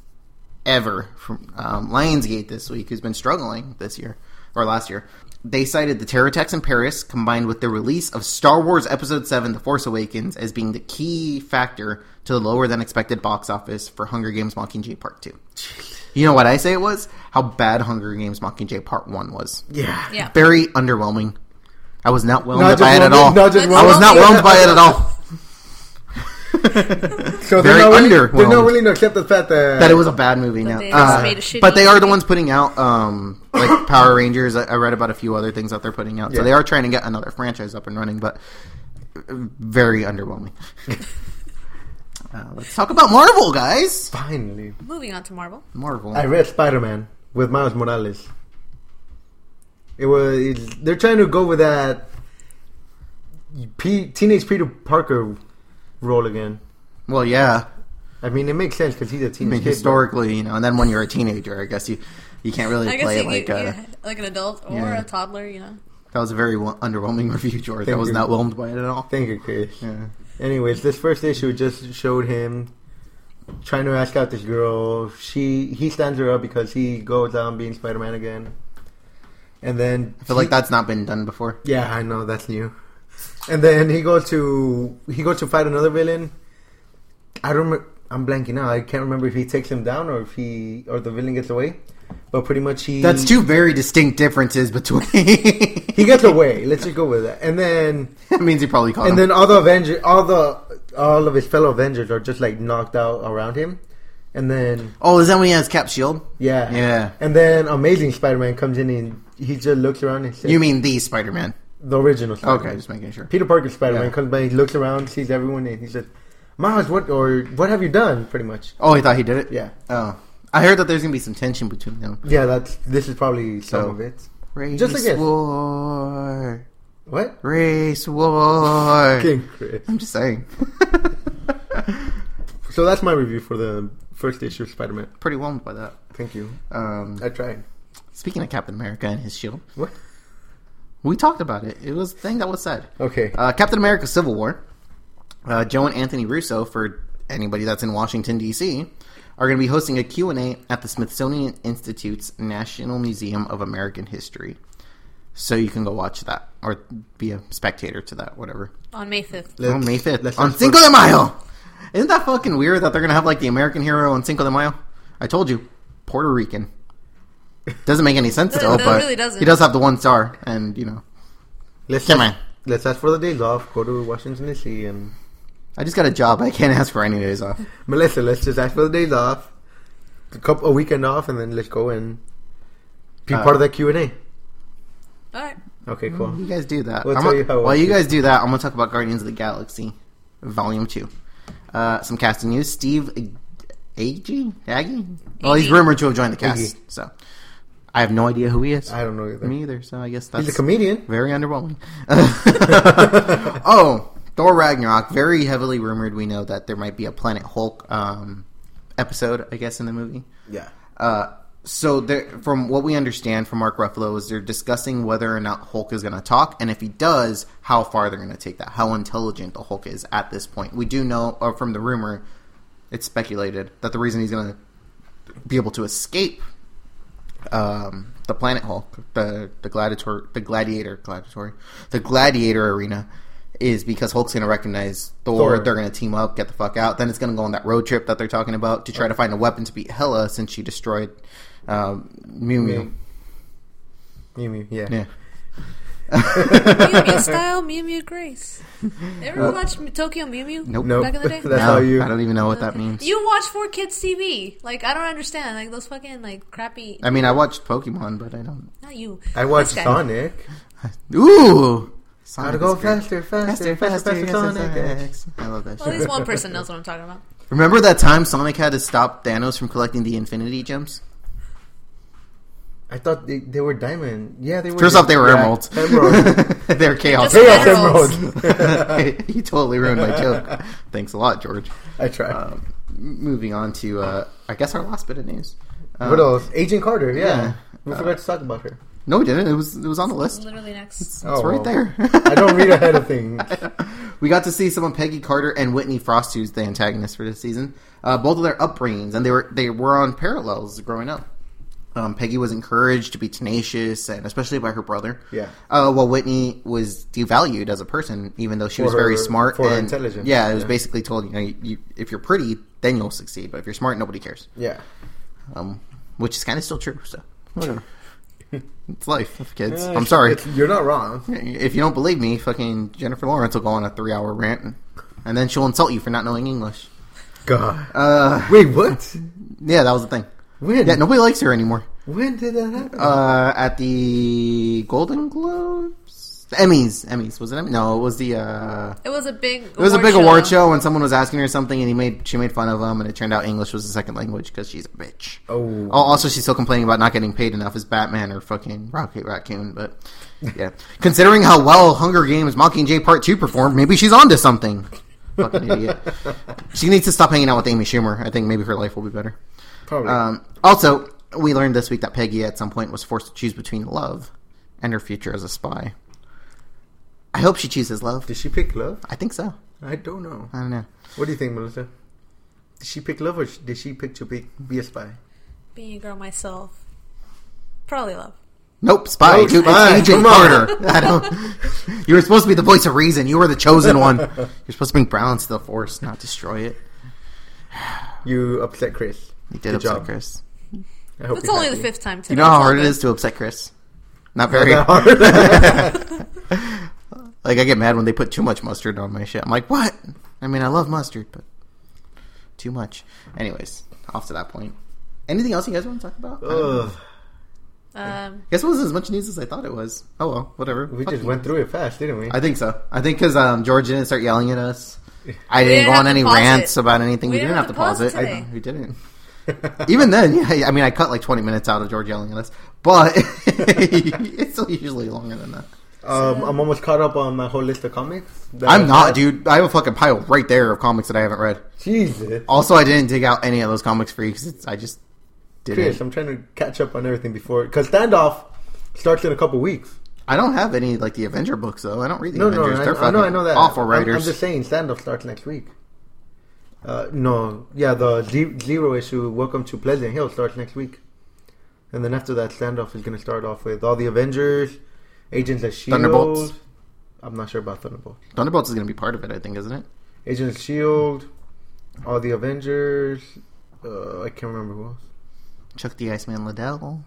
Speaker 1: ever from um, Lionsgate this week, who's been struggling this year or last year. They cited the terror attacks in Paris combined with the release of Star Wars Episode 7 The Force Awakens as being the key factor to the lower than expected box office for Hunger Games Mockingjay Part 2. You know what I say it was? How bad Hunger Games Mockingjay Part 1 was
Speaker 2: Yeah.
Speaker 3: Yeah.
Speaker 1: very underwhelming. I was not whelmed
Speaker 2: Not
Speaker 1: by
Speaker 2: just
Speaker 1: it at
Speaker 2: whelmed-
Speaker 1: all.
Speaker 2: not just
Speaker 1: I was not whelmed
Speaker 3: whelmed.
Speaker 1: by it at all.
Speaker 2: So
Speaker 1: Very
Speaker 2: they're not really, They're not
Speaker 1: underwhelmed.
Speaker 2: willing to accept the fact that,
Speaker 1: That it was a bad movie. Now,
Speaker 3: they just
Speaker 2: Uh,
Speaker 3: made a shitty
Speaker 1: but they are the
Speaker 3: movie.
Speaker 1: ones putting out um, like Power Rangers. I, I read about a few other things that they're putting out,
Speaker 2: Yeah.
Speaker 1: so they are trying to get another franchise up and running. But uh, very underwhelming. Uh, let's talk about Marvel, guys.
Speaker 2: Finally.
Speaker 3: Moving on to Marvel.
Speaker 1: Marvel.
Speaker 2: I read Spider Man with Miles Morales. It was it's- they're trying to go with that P, teenage Peter Parker role again.
Speaker 1: well, yeah.
Speaker 2: I mean, it makes sense because he's a
Speaker 1: I
Speaker 2: teenage
Speaker 1: mean,
Speaker 2: kid,
Speaker 1: historically, you know, and then when you're a teenager, I guess you you can't really
Speaker 3: I guess
Speaker 1: play
Speaker 3: you,
Speaker 1: it like.
Speaker 3: you,
Speaker 1: uh,
Speaker 3: you- like an adult or
Speaker 1: yeah.
Speaker 3: a toddler, you know.
Speaker 1: That was a very wo- underwhelming review, George. I
Speaker 2: Thank
Speaker 1: was
Speaker 2: you.
Speaker 1: not whelmed by it at all.
Speaker 2: but- Thank you, Chris.
Speaker 1: Yeah.
Speaker 2: Anyways, this first issue just showed him trying to ask out this girl. She he stands her up because he goes out being Spider Man again, and then
Speaker 1: I feel like that's not been done before.
Speaker 2: Yeah, I know that's new. And then he goes to he goes to fight another villain. I don't. rem- I'm blanking out. I can't remember if he takes him down or if he or the villain gets away. But pretty much he
Speaker 1: That's two very distinct differences between.
Speaker 2: He gets away. Let's just go with that. And then
Speaker 1: that means he probably caught
Speaker 2: and
Speaker 1: him.
Speaker 2: then all the Avenger, all the all of his fellow Avengers are just like knocked out around him. And then
Speaker 1: oh, is that when he has Cap Shield?
Speaker 2: yeah,
Speaker 1: Yeah.
Speaker 2: And then Amazing Spider-Man comes in and he just looks around and says,
Speaker 1: You mean the Spider Man?
Speaker 2: the original?" Spider-Man.
Speaker 1: Okay, just making sure.
Speaker 2: Peter Parker Spider Man
Speaker 1: Yeah.
Speaker 2: comes by, he looks around, sees everyone, and he says, Miles, what or what have you done? Pretty much.
Speaker 1: Oh, he thought he did it.
Speaker 2: Yeah.
Speaker 1: Oh, I heard that there's gonna be some tension between them.
Speaker 2: Yeah, that's this is probably some
Speaker 1: So-
Speaker 2: of it.
Speaker 1: Race
Speaker 2: Just like this.
Speaker 1: war,
Speaker 2: What?
Speaker 1: race war.
Speaker 2: King Chris.
Speaker 1: I'm just saying.
Speaker 2: So that's my review for the first issue of Spider Man.
Speaker 1: Pretty whelmed by that.
Speaker 2: Thank you.
Speaker 1: Um,
Speaker 2: I tried.
Speaker 1: speaking of Captain America and his shield,
Speaker 2: What?
Speaker 1: we talked about it. It was a thing that was said.
Speaker 2: Okay.
Speaker 1: Uh, Captain America Civil War. Uh, Joe and Anthony Russo, for anybody that's in Washington, D.C., are going to be hosting a Q&A at the Smithsonian Institute's National Museum of American History. So you can go watch that or be a spectator to that, whatever.
Speaker 3: On May 5th.
Speaker 2: Let's-
Speaker 1: on May 5th.
Speaker 2: let's
Speaker 1: On
Speaker 2: ask
Speaker 1: Cinco de Mayo! Isn't that fucking weird that they're going to have like the American hero on Cinco de Mayo? I told you. Puerto Rican. Doesn't make any sense
Speaker 3: No,
Speaker 1: though,
Speaker 3: no, it
Speaker 1: but
Speaker 3: really doesn't.
Speaker 1: he does have the one star, and you know,
Speaker 2: Let's
Speaker 1: come on.
Speaker 2: Let's ask for the days off. Go to Washington D.C. and
Speaker 1: I just got a job. I can't ask for any days off.
Speaker 2: Melissa. Let's just ask for the days off, a couple a weekend off, and then let's go and be
Speaker 1: Uh,
Speaker 2: part of that Q and A.
Speaker 3: All right.
Speaker 2: Okay, cool.
Speaker 1: You guys do that.
Speaker 2: We'll
Speaker 1: I'm
Speaker 2: tell
Speaker 1: gonna-
Speaker 2: you how it
Speaker 1: while you
Speaker 2: works.
Speaker 1: guys do that, I'm going to talk about Guardians of the Galaxy, Volume Two. Uh, some casting news: Steve Agee, Aggie. Well, he's
Speaker 3: Agee.
Speaker 1: rumored to have joined the cast,
Speaker 2: Agee.
Speaker 1: so I have no idea who he is.
Speaker 2: I don't know either.
Speaker 1: Me either. So I guess
Speaker 2: He's a
Speaker 1: that's
Speaker 2: comedian.
Speaker 1: very underwhelming. oh, Thor Ragnarok, very heavily rumored. We know that there might be a Planet Hulk um, episode, I guess, in the movie.
Speaker 2: Yeah.
Speaker 1: Uh, so they're- from what we understand from Mark Ruffalo is they're discussing whether or not Hulk is going to talk, and if he does, how far they're going to take that, how intelligent the Hulk is at this point. We do know, or from the rumor, it's speculated that the reason he's going to be able to escape um, the Planet Hulk, the the gladiator, the gladiator, gladiatory, the gladiator arena, is because Hulk's going to recognize Thor.
Speaker 2: Thor.
Speaker 1: They're going to team up, get the fuck out. Then it's going to go on that road trip that they're talking about to try to find a weapon to beat Hela since she destroyed um, Mew Mew.
Speaker 2: Mew Mew, yeah.
Speaker 1: Yeah.
Speaker 3: Mew Mew style, Mew Mew Grace. Ever watch Tokyo Mew Mew?
Speaker 1: Uh, Nope.
Speaker 2: Nope.
Speaker 3: Back in the day?
Speaker 2: That's
Speaker 1: No,
Speaker 2: how you.
Speaker 1: I don't even know what that means.
Speaker 3: You watch four kids TV. Like I don't understand. Like those fucking like crappy.
Speaker 1: I mean, I watched Pokemon, but I don't.
Speaker 3: Not you.
Speaker 2: I watched
Speaker 3: This guy.
Speaker 2: Sonic.
Speaker 1: Ooh. Sonic
Speaker 2: Gotta go
Speaker 1: is great.
Speaker 2: faster, faster, faster, faster, Sonic.
Speaker 1: Sonic. I love that.
Speaker 3: Well, at
Speaker 1: shit.
Speaker 3: least one person knows what I'm talking about.
Speaker 1: Remember that time Sonic had to stop Thanos from collecting the Infinity Gems?
Speaker 2: I thought they, they were diamond. Yeah, they were.
Speaker 1: First off, they were
Speaker 2: yeah,
Speaker 1: emeralds.
Speaker 2: Emeralds.
Speaker 1: They're chaos.
Speaker 3: Just
Speaker 2: Chaos
Speaker 3: Emeralds.
Speaker 2: emeralds.
Speaker 1: you totally ruined my joke. Thanks a lot, George.
Speaker 2: I tried.
Speaker 1: Um, m- moving on to, uh, I guess, our last bit of news. Um,
Speaker 2: what else? Agent Carter. Yeah,
Speaker 1: yeah.
Speaker 2: we
Speaker 1: Uh,
Speaker 2: forgot to talk about her.
Speaker 1: No, we didn't. It was it was on the
Speaker 3: It's
Speaker 1: list.
Speaker 3: literally next.
Speaker 1: It's
Speaker 2: Oh,
Speaker 1: right
Speaker 2: well.
Speaker 1: there.
Speaker 2: I don't read ahead of things.
Speaker 1: we got to see some of Peggy Carter and Whitney Frost, who's the antagonist for this season. Uh, both of their upbringings, and they were they were on parallels growing up. Um, Peggy was encouraged to be tenacious, and especially by her brother.
Speaker 2: Yeah.
Speaker 1: Uh, while Whitney was devalued as a person, even though she was
Speaker 2: For
Speaker 1: very
Speaker 2: her-
Speaker 1: smart
Speaker 2: for her
Speaker 1: and
Speaker 2: intelligence.
Speaker 1: Yeah, it was
Speaker 2: Yeah.
Speaker 1: basically told you know you, you, if you're pretty, then you'll succeed, but if you're smart, nobody cares.
Speaker 2: Yeah,
Speaker 1: Um, which is kind of still true. So whatever. it's life, kids.
Speaker 2: Yeah,
Speaker 1: I'm sorry.
Speaker 2: it's- You're not wrong.
Speaker 1: If you don't believe me, fucking Jennifer Lawrence will go on a three hour rant and then she'll insult you for not knowing English.
Speaker 2: God.
Speaker 1: Uh,
Speaker 2: Wait, what?
Speaker 1: yeah, that was the thing.
Speaker 2: When?
Speaker 1: Yeah, nobody likes her anymore.
Speaker 2: Uh, When did that happen?
Speaker 1: Uh, at the Golden Globes? The Emmys, Emmys was it? Emmy? No, it was the. uh
Speaker 3: It was a big.
Speaker 1: It was a big award show, and someone was asking her something, and he made she made fun of him, and it turned out English was the second language because she's a bitch.
Speaker 2: Oh.
Speaker 1: Al- Also, she's still complaining about not getting paid enough as Batman or fucking Rocket Raccoon, but yeah. Considering how well Hunger Games Mockingjay Part 2 performed, maybe she's onto something. Fucking idiot. She needs to stop hanging out with Amy Schumer. I think maybe her life will be better.
Speaker 2: Probably.
Speaker 1: Um, also, we learned this week that Peggy at some point was forced to choose between love and her future as a spy. I hope she chooses love.
Speaker 2: Did she pick love?
Speaker 1: I think so.
Speaker 2: I don't know.
Speaker 1: I don't know.
Speaker 2: What do you think, Melissa? Did she pick love or sh- did she pick to be, be a spy?
Speaker 3: Being a girl myself, probably love.
Speaker 1: Nope, spy.
Speaker 2: Nope,
Speaker 1: dude,
Speaker 2: spy.
Speaker 1: It's AJ
Speaker 2: Come on.
Speaker 1: Carter. I don't. You were supposed to be the voice of reason. You were the chosen one. You're supposed to bring balance to the force, not destroy it.
Speaker 2: You upset Chris.
Speaker 1: You did
Speaker 2: Good
Speaker 1: upset
Speaker 2: job.
Speaker 1: Chris.
Speaker 2: I hope
Speaker 3: It's
Speaker 2: you're
Speaker 3: only the
Speaker 2: happy.
Speaker 3: fifth time today.
Speaker 1: You know how hard it is to upset Chris. Not very.
Speaker 2: Not that
Speaker 1: like I get mad when they put too much mustard on my shit. I'm like, what? I mean, I love mustard, but too much. Anyways, off to that point. Anything else you guys want to talk about? I don't know.
Speaker 2: Ugh.
Speaker 3: Um,
Speaker 1: guess it wasn't as much news as I thought it was. Oh well, whatever.
Speaker 2: We
Speaker 1: Fuck
Speaker 2: just
Speaker 1: you.
Speaker 2: went through it fast, didn't we?
Speaker 1: I think so. I think because um, George didn't start yelling at us. I didn't
Speaker 3: We didn't
Speaker 1: go
Speaker 3: have
Speaker 1: on
Speaker 3: to
Speaker 1: any
Speaker 3: pause
Speaker 1: rants
Speaker 3: it.
Speaker 1: about anything. We, didn't have to pause, it.
Speaker 3: today.
Speaker 1: I, we didn't. Even then, yeah, I mean, I cut like 20 minutes out of George yelling at us, but it's still usually longer than that.
Speaker 2: um, I'm almost caught up on my whole list of comics. that
Speaker 1: I'm
Speaker 2: I've
Speaker 1: not,
Speaker 2: had.
Speaker 1: dude. I have a fucking pile right there of comics that I haven't read.
Speaker 2: Jesus.
Speaker 1: Also, I didn't dig out any of those comics for you because I just
Speaker 2: Chris,
Speaker 1: didn't.
Speaker 2: I'm trying to catch up on everything before. Because Standoff starts in a couple weeks.
Speaker 1: I don't have any like the Avenger books though. I don't read the
Speaker 2: No,
Speaker 1: Avengers.
Speaker 2: no,
Speaker 1: They're
Speaker 2: I, I know, I know
Speaker 1: fucking
Speaker 2: that.
Speaker 1: awful
Speaker 2: I'm-
Speaker 1: writers.
Speaker 2: I'm, just saying, Standoff starts next week. Uh, no, yeah, the ze- zero issue, Welcome to Pleasant Hill, starts next week. And then after that, Standoff is going to start off with all the Avengers, Agents of S.H.I.E.L.D.
Speaker 1: Thunderbolts.
Speaker 2: E I'm not sure about Thunderbolts.
Speaker 1: Thunderbolts is going to be part of it, I think, isn't it?
Speaker 2: Agents of S.H.I.E.L.D., E all the Avengers, uh, I can't remember who else.
Speaker 1: Chuck the Iceman Liddell.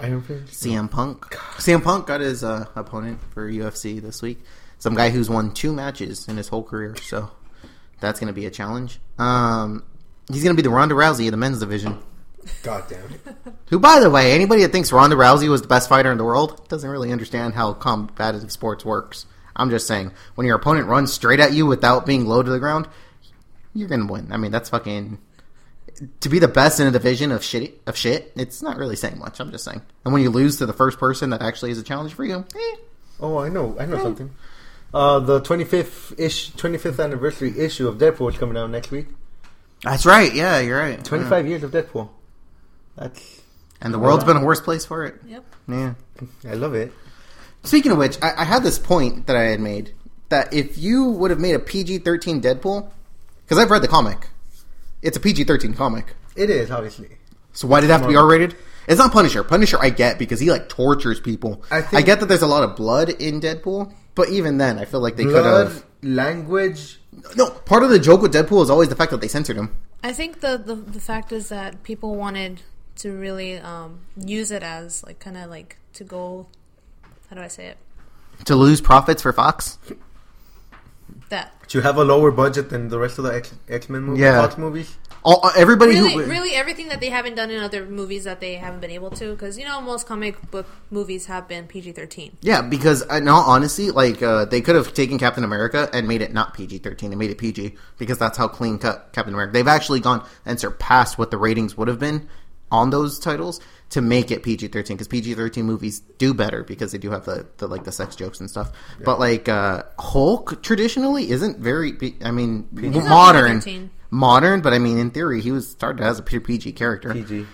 Speaker 2: Iron Fist?
Speaker 1: CM Punk. CM Punk got his uh, opponent for UFC this week. Some guy who's won two matches in his whole career, so that's going to be a challenge. Um, he's going to be the Ronda Rousey of the men's division.
Speaker 2: God damn it.
Speaker 1: Who, by the way, anybody that thinks Ronda Rousey was the best fighter in the world doesn't really understand how combative sports works. I'm just saying, when your opponent runs straight at you without being low to the ground, you're going to win. I mean, that's fucking to be the best in a division of shit of shit, it's not really saying much. I'm just saying. And when you lose to the first person that actually is a challenge for you, eh,
Speaker 2: Oh, I know, I know something. Uh, the 25th ish, 25th anniversary issue of Deadpool is coming out next week.
Speaker 1: that's right. Yeah, you're right.
Speaker 2: 25 years of Deadpool. That's
Speaker 1: and the world's been a worse place for it.
Speaker 3: yep.
Speaker 1: Yeah.
Speaker 2: I love it.
Speaker 1: Speaking of which, I, I had this point that I had made that if you would have made a PG 13 Deadpool, because I've read the comic, it's a PG 13 comic.
Speaker 2: It is obviously.
Speaker 1: So why did it have to be
Speaker 2: Marvel.
Speaker 1: R rated? It's not Punisher. Punisher, I get because he like tortures people.
Speaker 2: I
Speaker 1: I,
Speaker 2: think-
Speaker 1: get that there's a lot of blood in Deadpool, but even then, I feel like they could
Speaker 2: Blood
Speaker 1: have.
Speaker 2: language.
Speaker 1: No, part of the joke with Deadpool is always the fact that they censored him.
Speaker 3: I think the, the the fact is that people wanted to really um, use it as like kind of like to go. How do I say it?
Speaker 1: To lose profits for Fox?
Speaker 3: That
Speaker 2: To have a lower budget than the rest of the X X Men movies,
Speaker 1: Yeah.
Speaker 2: Fox movies.
Speaker 1: All, uh, everybody
Speaker 3: really,
Speaker 1: who.
Speaker 3: really everything that they haven't done in other movies that they haven't been able to, because you know most comic book movies have been PG thirteen.
Speaker 1: Yeah, because uh, in all honesty, like uh, they could have taken Captain America and made it not PG thirteen and made it PG because that's how clean cut Captain America. They've actually gone and surpassed what the ratings would have been on those titles to make it PG thirteen because PG thirteen movies do better because they do have the, the like the sex jokes and stuff. But like uh, Hulk traditionally isn't very. P- I mean modern.
Speaker 3: PG-13.
Speaker 1: Modern, but I mean, in theory, he was started as a pure PG character.
Speaker 2: PG.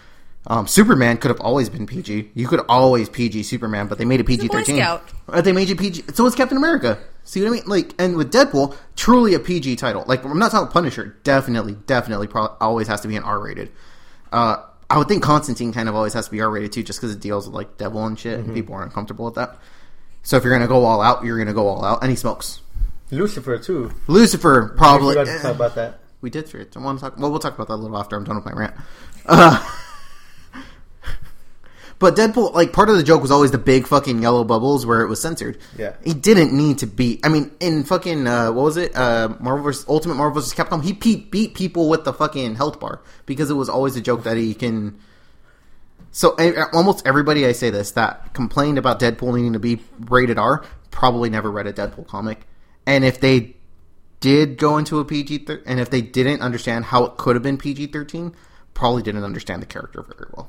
Speaker 1: Um, Superman could have always been PG. You could always PG Superman, but they made it PG
Speaker 3: a Boy
Speaker 1: thirteen. Uh,
Speaker 3: Scout.
Speaker 1: They made it PG. So is Captain America. See what I mean? Like, and with Deadpool, truly a PG title. Like, I'm not talking Punisher. Definitely, definitely, pro- always has to be an R rated. Uh, I would think Constantine kind of always has to be R rated too, just because it deals with like devil and shit, and people are uncomfortable with that. So if you're gonna go all out, you're gonna go all out. And he smokes.
Speaker 2: Lucifer too.
Speaker 1: Lucifer
Speaker 2: I
Speaker 1: probably. eh,
Speaker 2: forgot to talk about that.
Speaker 1: We did for it. I want to talk. Well, we'll talk about that a little after I'm done with my rant. Uh, but Deadpool, like part of the joke was always the big fucking yellow bubbles where it was censored.
Speaker 2: Yeah.
Speaker 1: he didn't need to be. I mean, in fucking uh, what was it? Uh, Marvel vs. Ultimate Marvel vs. Capcom. He pe- beat people with the fucking health bar because it was always a joke that he can. So a- almost everybody I say this that complained about Deadpool needing to be rated R probably never read a Deadpool comic, and if they did go into a PG thir- and if they didn't understand how it could have been PG thirteen, probably didn't understand the character very well.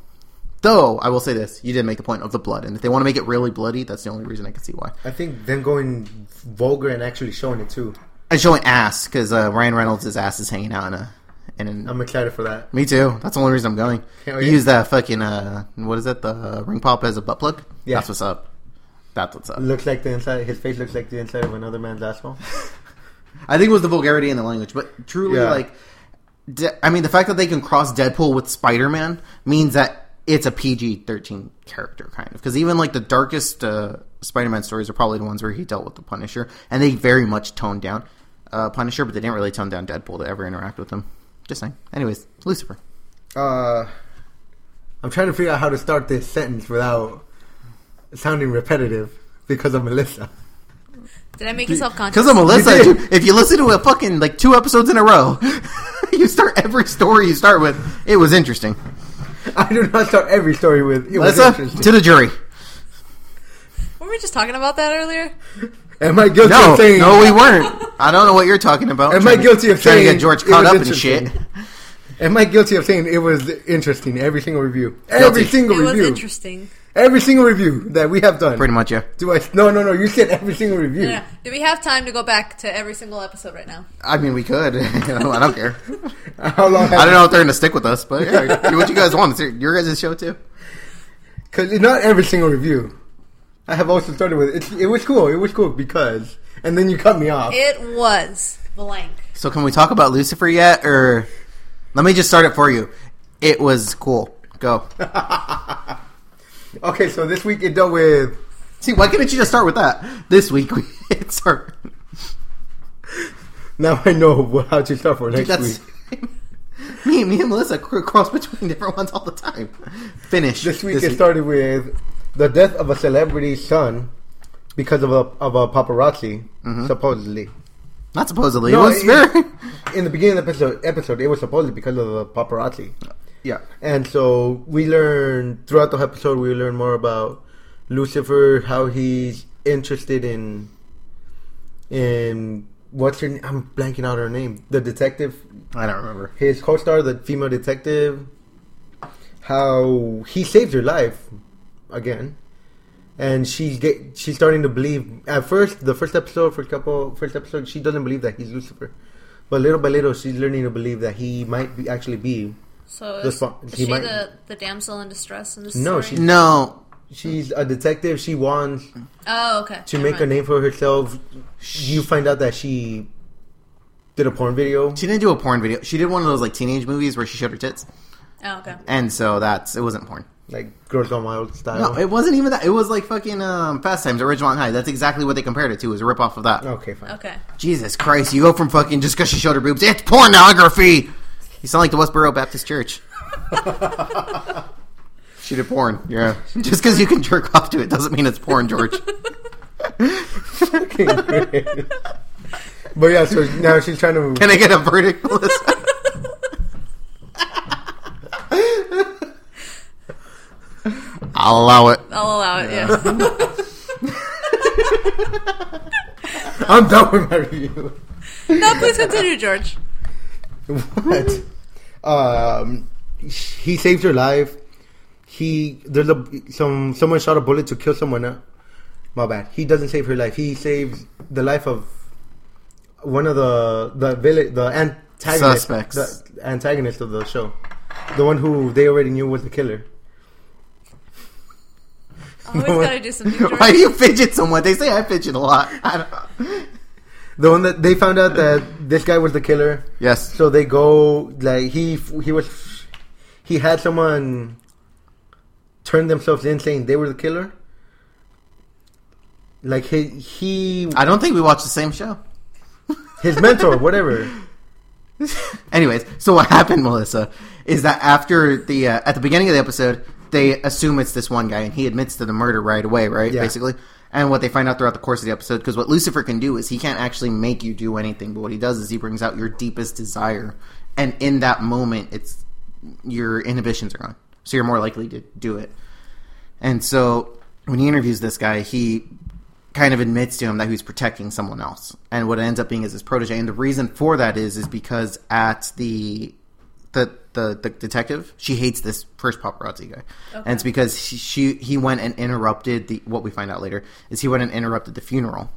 Speaker 1: Though I will say this, you did make the point of the blood, and if they want to make it really bloody, that's the only reason I can see why.
Speaker 2: I think them going vulgar and actually showing it too.
Speaker 1: And showing ass because uh, Ryan Reynolds' ass is hanging out in a in an
Speaker 2: I'm excited for that.
Speaker 1: Me too. That's the only reason I'm going.
Speaker 2: Hell
Speaker 1: you
Speaker 2: yeah.
Speaker 1: use that fucking uh, what is that? The uh, ring pop as a butt plug.
Speaker 2: Yeah.
Speaker 1: that's what's up. That's what's up.
Speaker 2: Looks like the inside. His face looks like the inside of another man's asshole.
Speaker 1: I think it was the vulgarity in the language, but truly,
Speaker 2: Yeah.
Speaker 1: like, de- I mean, the fact that they can cross Deadpool with Spider Man means that it's a PG thirteen character, kind of. Because even like the darkest uh, Spider Man stories are probably the ones where he dealt with the Punisher, and they very much toned down uh, Punisher, but they didn't really tone down Deadpool to ever interact with him. Just saying. Anyways, Lucifer.
Speaker 2: Uh, I'm trying to figure out how to start this sentence without sounding repetitive because of Melissa.
Speaker 3: Did I make you self conscious?
Speaker 1: Because of Melissa,
Speaker 2: You did.
Speaker 1: dude, if you listen to a fucking like two episodes in a row, you start every story you start with. It was interesting.
Speaker 2: I do not start every story with. It was
Speaker 1: Melissa,
Speaker 2: interesting.
Speaker 1: to the jury.
Speaker 3: Were we just talking about that earlier?
Speaker 2: Am I guilty
Speaker 1: No,
Speaker 2: of saying?
Speaker 1: no, we weren't. I don't know what you're talking about.
Speaker 2: Am
Speaker 1: Trying
Speaker 2: I
Speaker 1: to-
Speaker 2: guilty of
Speaker 1: trying to
Speaker 2: saying
Speaker 1: get George
Speaker 2: it
Speaker 1: caught
Speaker 2: was
Speaker 1: up and shit?
Speaker 2: interesting? Am I guilty of saying it was interesting? Every single review. Every
Speaker 3: It
Speaker 2: single
Speaker 3: was
Speaker 2: review.
Speaker 3: interesting.
Speaker 2: Every single review that we have done.
Speaker 1: Pretty much, yeah.
Speaker 2: Do I? No, no, no. You said every single review.
Speaker 3: Yeah. Do we have time to go back to every single episode right now?
Speaker 1: I mean, we could. you know, I don't care.
Speaker 2: How long?
Speaker 1: I
Speaker 2: Have
Speaker 1: don't know if they're gonna stick with us, but yeah, do what you guys want. It's your- your guys' show too.
Speaker 2: Because not every single review. I have also started with it. It was cool. It was cool because, and then you cut me off.
Speaker 3: It was blank.
Speaker 1: So, can we talk about Lucifer yet, or let me just start it for you? It was cool. Go.
Speaker 2: Okay, so this week it dealt with.
Speaker 1: See, why couldn't you just start with that? This week, we, it's our.
Speaker 2: Now I know wh- how to start for next
Speaker 1: That's
Speaker 2: week.
Speaker 1: me. Me and Melissa cr- cross between different ones all the time. Finish
Speaker 2: This week it started with the death of a celebrity's son because of a of a paparazzi,
Speaker 1: Mm-hmm.
Speaker 2: supposedly.
Speaker 1: Not supposedly.
Speaker 2: No,
Speaker 1: it was
Speaker 2: it-
Speaker 1: very.
Speaker 2: In the beginning of the episode, episode, it was supposedly because of the paparazzi.
Speaker 1: Yeah.
Speaker 2: And so we learn throughout the episode. We learn more about Lucifer, how he's interested in in what's her. I'm blanking out her name. The detective,
Speaker 1: I don't remember.
Speaker 2: his co-star, the female detective. How he saved her life again, and she's get she's starting to believe. At first, the first episode, first couple, first episode, she doesn't believe that he's Lucifer. But little by little, she's learning to believe that he might be actually be.
Speaker 3: So
Speaker 2: The
Speaker 3: is,
Speaker 2: fu-
Speaker 3: is
Speaker 2: he
Speaker 3: she
Speaker 2: might-
Speaker 3: the, the damsel in distress in this
Speaker 2: No,
Speaker 3: story?
Speaker 2: she-
Speaker 1: No,
Speaker 2: She's a detective. She wants
Speaker 3: Oh, okay.
Speaker 2: to
Speaker 3: Never
Speaker 2: make a
Speaker 3: mind.
Speaker 2: name for herself, you find out that she did a porn video.
Speaker 1: she didn't do a porn video. She did one of those like teenage movies where she showed her tits,
Speaker 3: Oh, okay.
Speaker 1: and so that's it wasn't porn.
Speaker 2: Like Girls Gone Wild style.
Speaker 1: No, it wasn't even that. It was like fucking um, Fast Times at Ridgemont High. That's exactly what they compared it to. Is a rip off of that.
Speaker 2: okay, fine.
Speaker 3: Okay.
Speaker 1: Jesus Christ! You go from fucking just because she showed her boobs, it's pornography. You sound like the Westboro Baptist Church. she did porn. Yeah. Just because you can jerk off to it doesn't mean it's porn, George.
Speaker 2: but yeah, so now she's trying to.
Speaker 1: Can I get a verdict, Melissa? I'll allow it.
Speaker 3: I'll allow it, yeah.
Speaker 2: I'm done with my review.
Speaker 3: no, please continue, George.
Speaker 2: What? um, he saved her life. He there's a some someone shot a bullet to kill someone. Uh, my bad. He doesn't save her life. He saves the life of one of the the village the antagonist
Speaker 1: Suspects.
Speaker 2: the antagonist of the show, the one who they already knew was the killer.
Speaker 3: Always gotta do something, George.
Speaker 1: Why do you fidget so much? They say I fidget a lot. I don't...
Speaker 2: The one that they found out that this guy was the killer.
Speaker 1: Yes.
Speaker 2: So they go like he he was he had someone turn themselves in saying they were the killer. Like he he
Speaker 1: I don't think we watched the same show.
Speaker 2: his mentor whatever.
Speaker 1: Anyways, so what happened, Melissa, is that after the uh, at the beginning of the episode, they assume it's this one guy, and he admits to the murder right away, right?
Speaker 2: Yeah.
Speaker 1: Basically, and what they find out throughout the course of the episode, because what Lucifer can do is he can't actually make you do anything, but what he does is he brings out your deepest desire, and in that moment, it's your inhibitions are gone. so you're more likely to do it. And so when he interviews this guy, he kind of admits to him that he's protecting someone else. And what it ends up being is his protege. And the reason for that is is because at the the the, the detective, she hates this first paparazzi guy. And it's because she, she he went and interrupted the what we find out later is he went and interrupted the funeral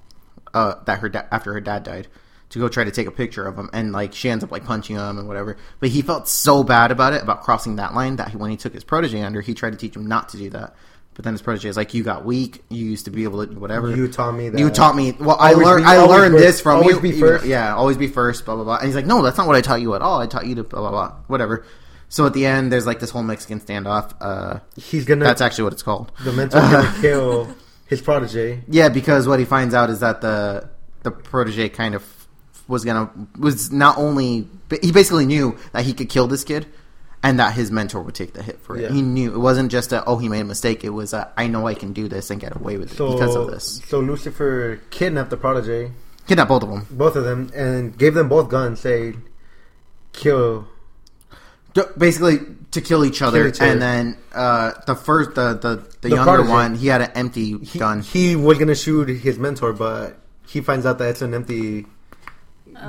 Speaker 1: uh, that her da- after her dad died to go try to take a picture of him and like she ends up like punching him and whatever but he felt so bad about it about crossing that line that he, when he took his protege under he tried to teach him not to do that but then his protege is like you got weak you used to be able to whatever
Speaker 2: You taught me that.
Speaker 1: you taught me well i
Speaker 2: Always
Speaker 1: learned
Speaker 2: be-
Speaker 1: i
Speaker 2: always
Speaker 1: learned
Speaker 2: first-
Speaker 1: this from
Speaker 2: always
Speaker 1: you
Speaker 2: be
Speaker 1: You-
Speaker 2: first.
Speaker 1: yeah always be first blah blah blah and he's like no that's not what i taught you at all i taught you to blah blah blah whatever so at the end there's like this whole mexican standoff uh
Speaker 2: He's gonna
Speaker 1: that's actually what it's called
Speaker 2: the mentor's gonna kill his protege.
Speaker 1: yeah, because what he finds out is that the the protege kind of was gonna was not only he basically knew that he could kill this kid and that his mentor would take the hit for it.
Speaker 2: Yeah.
Speaker 1: He knew it wasn't just a oh he made a mistake. It was a, I know I can do this and get away with it
Speaker 2: So
Speaker 1: because of this.
Speaker 2: so Lucifer kidnapped the protege,
Speaker 1: Kidnap both of them.
Speaker 2: both of them, and gave them both guns. Say, kill.
Speaker 1: D- Basically to kill each other,
Speaker 2: each other.
Speaker 1: and then uh, the first the the, the,
Speaker 2: The
Speaker 1: younger
Speaker 2: protege.
Speaker 1: one he had an empty
Speaker 2: He,
Speaker 1: gun.
Speaker 2: He was gonna shoot his mentor, but he finds out that it's an empty.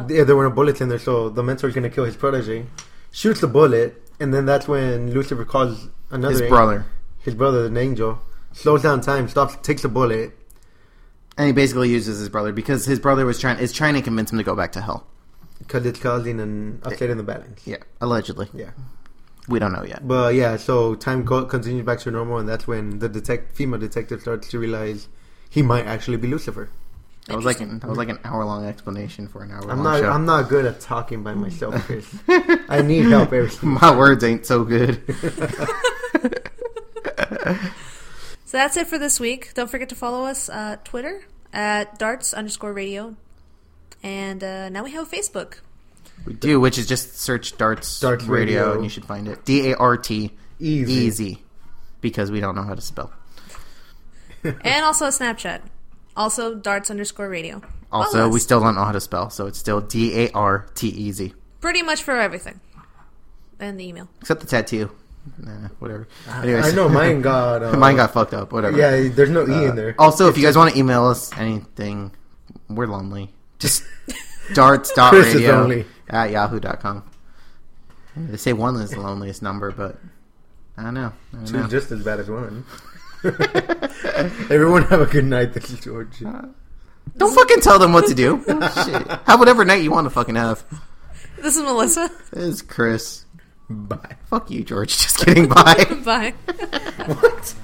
Speaker 2: There, there were no bullets in there, so the mentor's gonna kill his protege. Shoots the bullet, and then that's when Lucifer calls another
Speaker 1: his
Speaker 2: an-
Speaker 1: brother.
Speaker 2: his brother, an angel, slows down time, stops, takes a bullet.
Speaker 1: And he basically uses his brother because his brother was trying is trying to convince him to go back to hell.
Speaker 2: Because it's causing an upset in the balance.
Speaker 1: Yeah, allegedly.
Speaker 2: Yeah.
Speaker 1: We don't know yet.
Speaker 2: But yeah, so time go- continues back to normal, and that's when the detect- female detective starts to realize he might actually be Lucifer.
Speaker 1: That was like an, that was like an hour long explanation for an hour.
Speaker 2: I'm not. I'm not good at talking by myself, Chris. I need help every single
Speaker 1: My words ain't so good.
Speaker 3: So that's it for this week. Don't forget to follow us uh, Twitter at darts underscore radio, and uh, now we have a Facebook.
Speaker 1: we do, which is just search darts,
Speaker 2: Darts
Speaker 1: radio,
Speaker 2: Radio.
Speaker 1: and you should find it. D A R T
Speaker 2: Easy.
Speaker 1: easy, because we don't know how to spell.
Speaker 3: and also a Snapchat. Also darts underscore radio.
Speaker 1: Also,
Speaker 3: Follow
Speaker 1: we
Speaker 3: us.
Speaker 1: still don't know how to spell, so it's still D A R T E easy,
Speaker 3: pretty much for everything, and the email.
Speaker 1: except the tattoo. Nah, whatever.
Speaker 2: I know mine got. Uh,
Speaker 1: mine got fucked up. Whatever.
Speaker 2: Yeah, there's no e in
Speaker 1: Uh,
Speaker 2: there.
Speaker 1: Also, if you guys want to email us anything, we're lonely. Just
Speaker 2: Chris is
Speaker 1: darts.radio
Speaker 2: lonely.
Speaker 1: at yahoo.com. They say one is the loneliest number, but I don't know. I don't
Speaker 2: Two's
Speaker 1: know.
Speaker 2: just as bad as one. Everyone have a good night. This is George.
Speaker 1: Uh, Don't fucking tell them what to do. Oh, Shit. Have whatever night you want to fucking have.
Speaker 3: This is Melissa.
Speaker 1: This is Chris.
Speaker 2: Bye.
Speaker 1: Fuck you, George. Just kidding. Bye.
Speaker 3: Bye.
Speaker 2: What?